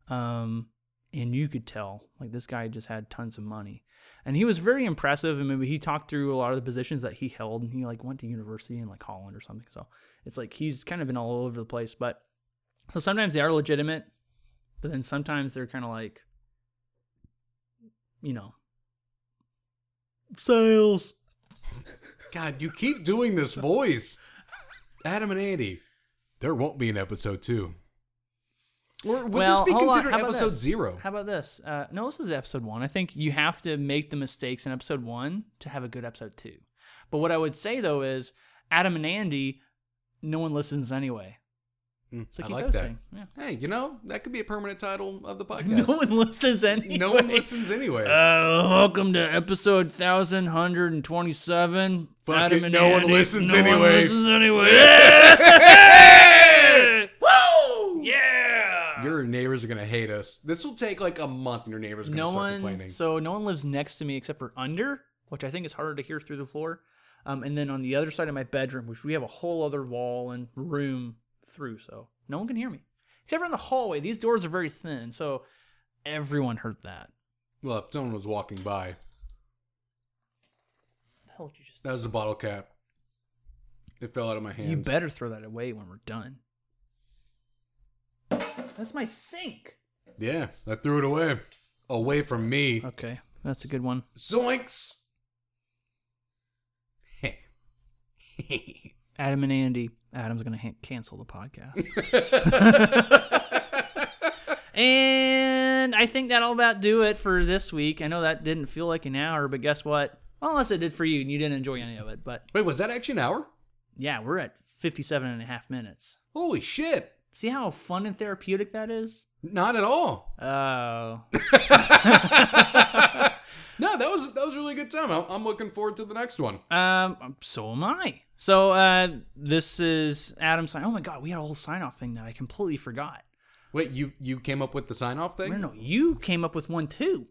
Speaker 2: um and you could tell like this guy just had tons of money and he was very impressive and maybe he talked through a lot of the positions that he held and he like went to university in like holland or something so it's like he's kind of been all over the place but so sometimes they are legitimate, but then sometimes they're kind of like, you know, sales.
Speaker 1: God, you keep doing this voice. Adam and Andy, there won't be an episode two. Or would
Speaker 2: well,
Speaker 1: this be
Speaker 2: hold on,
Speaker 1: considered
Speaker 2: how about
Speaker 1: episode
Speaker 2: this?
Speaker 1: zero?
Speaker 2: How about this? Uh, no, this is episode one. I think you have to make the mistakes in episode one to have a good episode two. But what I would say though is Adam and Andy, no one listens anyway.
Speaker 1: Mm,
Speaker 2: So
Speaker 1: I
Speaker 2: keep
Speaker 1: like
Speaker 2: posting. Yeah.
Speaker 1: that. Hey, you know that could be a permanent title of the podcast.
Speaker 2: [laughs] No one listens anyway.
Speaker 1: No one listens anyways.
Speaker 2: Uh, welcome to episode thousand hundred and twenty-seven.
Speaker 1: Fuck
Speaker 2: Adam
Speaker 1: it,
Speaker 2: and
Speaker 1: no one
Speaker 2: Andy.
Speaker 1: listens
Speaker 2: no
Speaker 1: anyway.
Speaker 2: One
Speaker 1: [laughs]
Speaker 2: listens [laughs] anyway. Woo! Yeah.
Speaker 1: your neighbors are gonna hate us. This will take like a month, and your neighbors are gonna
Speaker 2: no
Speaker 1: start
Speaker 2: one.
Speaker 1: complaining.
Speaker 2: So no one lives next to me except for under, which I think is harder to hear through the floor. Um, and then on the other side of my bedroom, which we have a whole other wall and room through, so no one can hear me except for in the hallway. These doors are very thin, so everyone heard that.
Speaker 1: well, if someone was walking by,
Speaker 2: What the hell did you just?
Speaker 1: that was a bottle cap. It fell out of my hands.
Speaker 2: You better throw that away when we're done. That's my sink.
Speaker 1: Yeah, I threw it away, away from me.
Speaker 2: Okay, that's a good one.
Speaker 1: Zoinks! [laughs]
Speaker 2: Adam and Andy. Adam's gonna ha- cancel the [laughs] podcast. and I think that'll about do it for this week. I know that didn't feel like an hour, but guess what? Well, unless it did for you and you didn't enjoy any of it. But
Speaker 1: Wait, was that actually an hour?
Speaker 2: yeah, we're at 57 and a half minutes.
Speaker 1: Holy shit!
Speaker 2: See how fun and therapeutic that is?
Speaker 1: Not at all. [laughs]
Speaker 2: Oh.
Speaker 1: No, that was that was a really good time. I'm, I'm looking forward to the next one.
Speaker 2: Um, so am I. So uh, this is Adam sign. Oh my god, we had a whole sign off thing that I completely forgot.
Speaker 1: Wait, you you came up with the sign off
Speaker 2: No,
Speaker 1: thing?
Speaker 2: no, you came up with one too.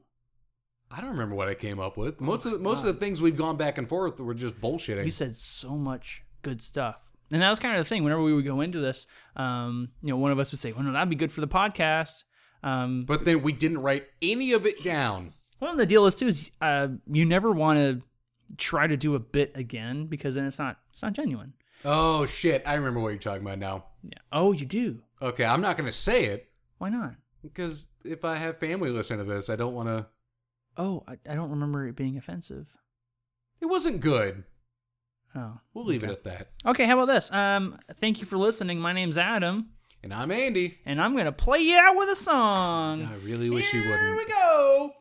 Speaker 1: I don't remember what I came up
Speaker 2: Oh
Speaker 1: with. Most of most of the things we've gone back and forth were just bullshitting.
Speaker 2: We said so much good stuff. And that was kind of the thing. Whenever we would go into this, um, you know, one of us would say, "Well, no, that'd be good for the podcast." Um,
Speaker 1: but then we didn't write any of it down.
Speaker 2: well, and the deal is too is uh, you never want to try to do a bit again because then it's not it's not genuine.
Speaker 1: Oh shit! I remember what you're talking about now.
Speaker 2: Yeah. Oh, you do.
Speaker 1: Okay, I'm not going to say it
Speaker 2: Why not?
Speaker 1: because if I have family listen to this, I don't want to.
Speaker 2: Oh, I, I don't remember it being offensive.
Speaker 1: It wasn't good.
Speaker 2: Oh.
Speaker 1: We'll leave it at that.
Speaker 2: Okay, how about this? Um, thank you for listening. My name's Adam,
Speaker 1: And I'm Andy.
Speaker 2: and I'm gonna play you out with a song.
Speaker 1: I really wish you wouldn't.
Speaker 2: Here we go.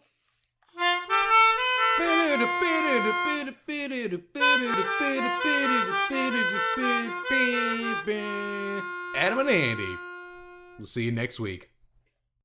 Speaker 1: Adam and Andy. We'll see you next week.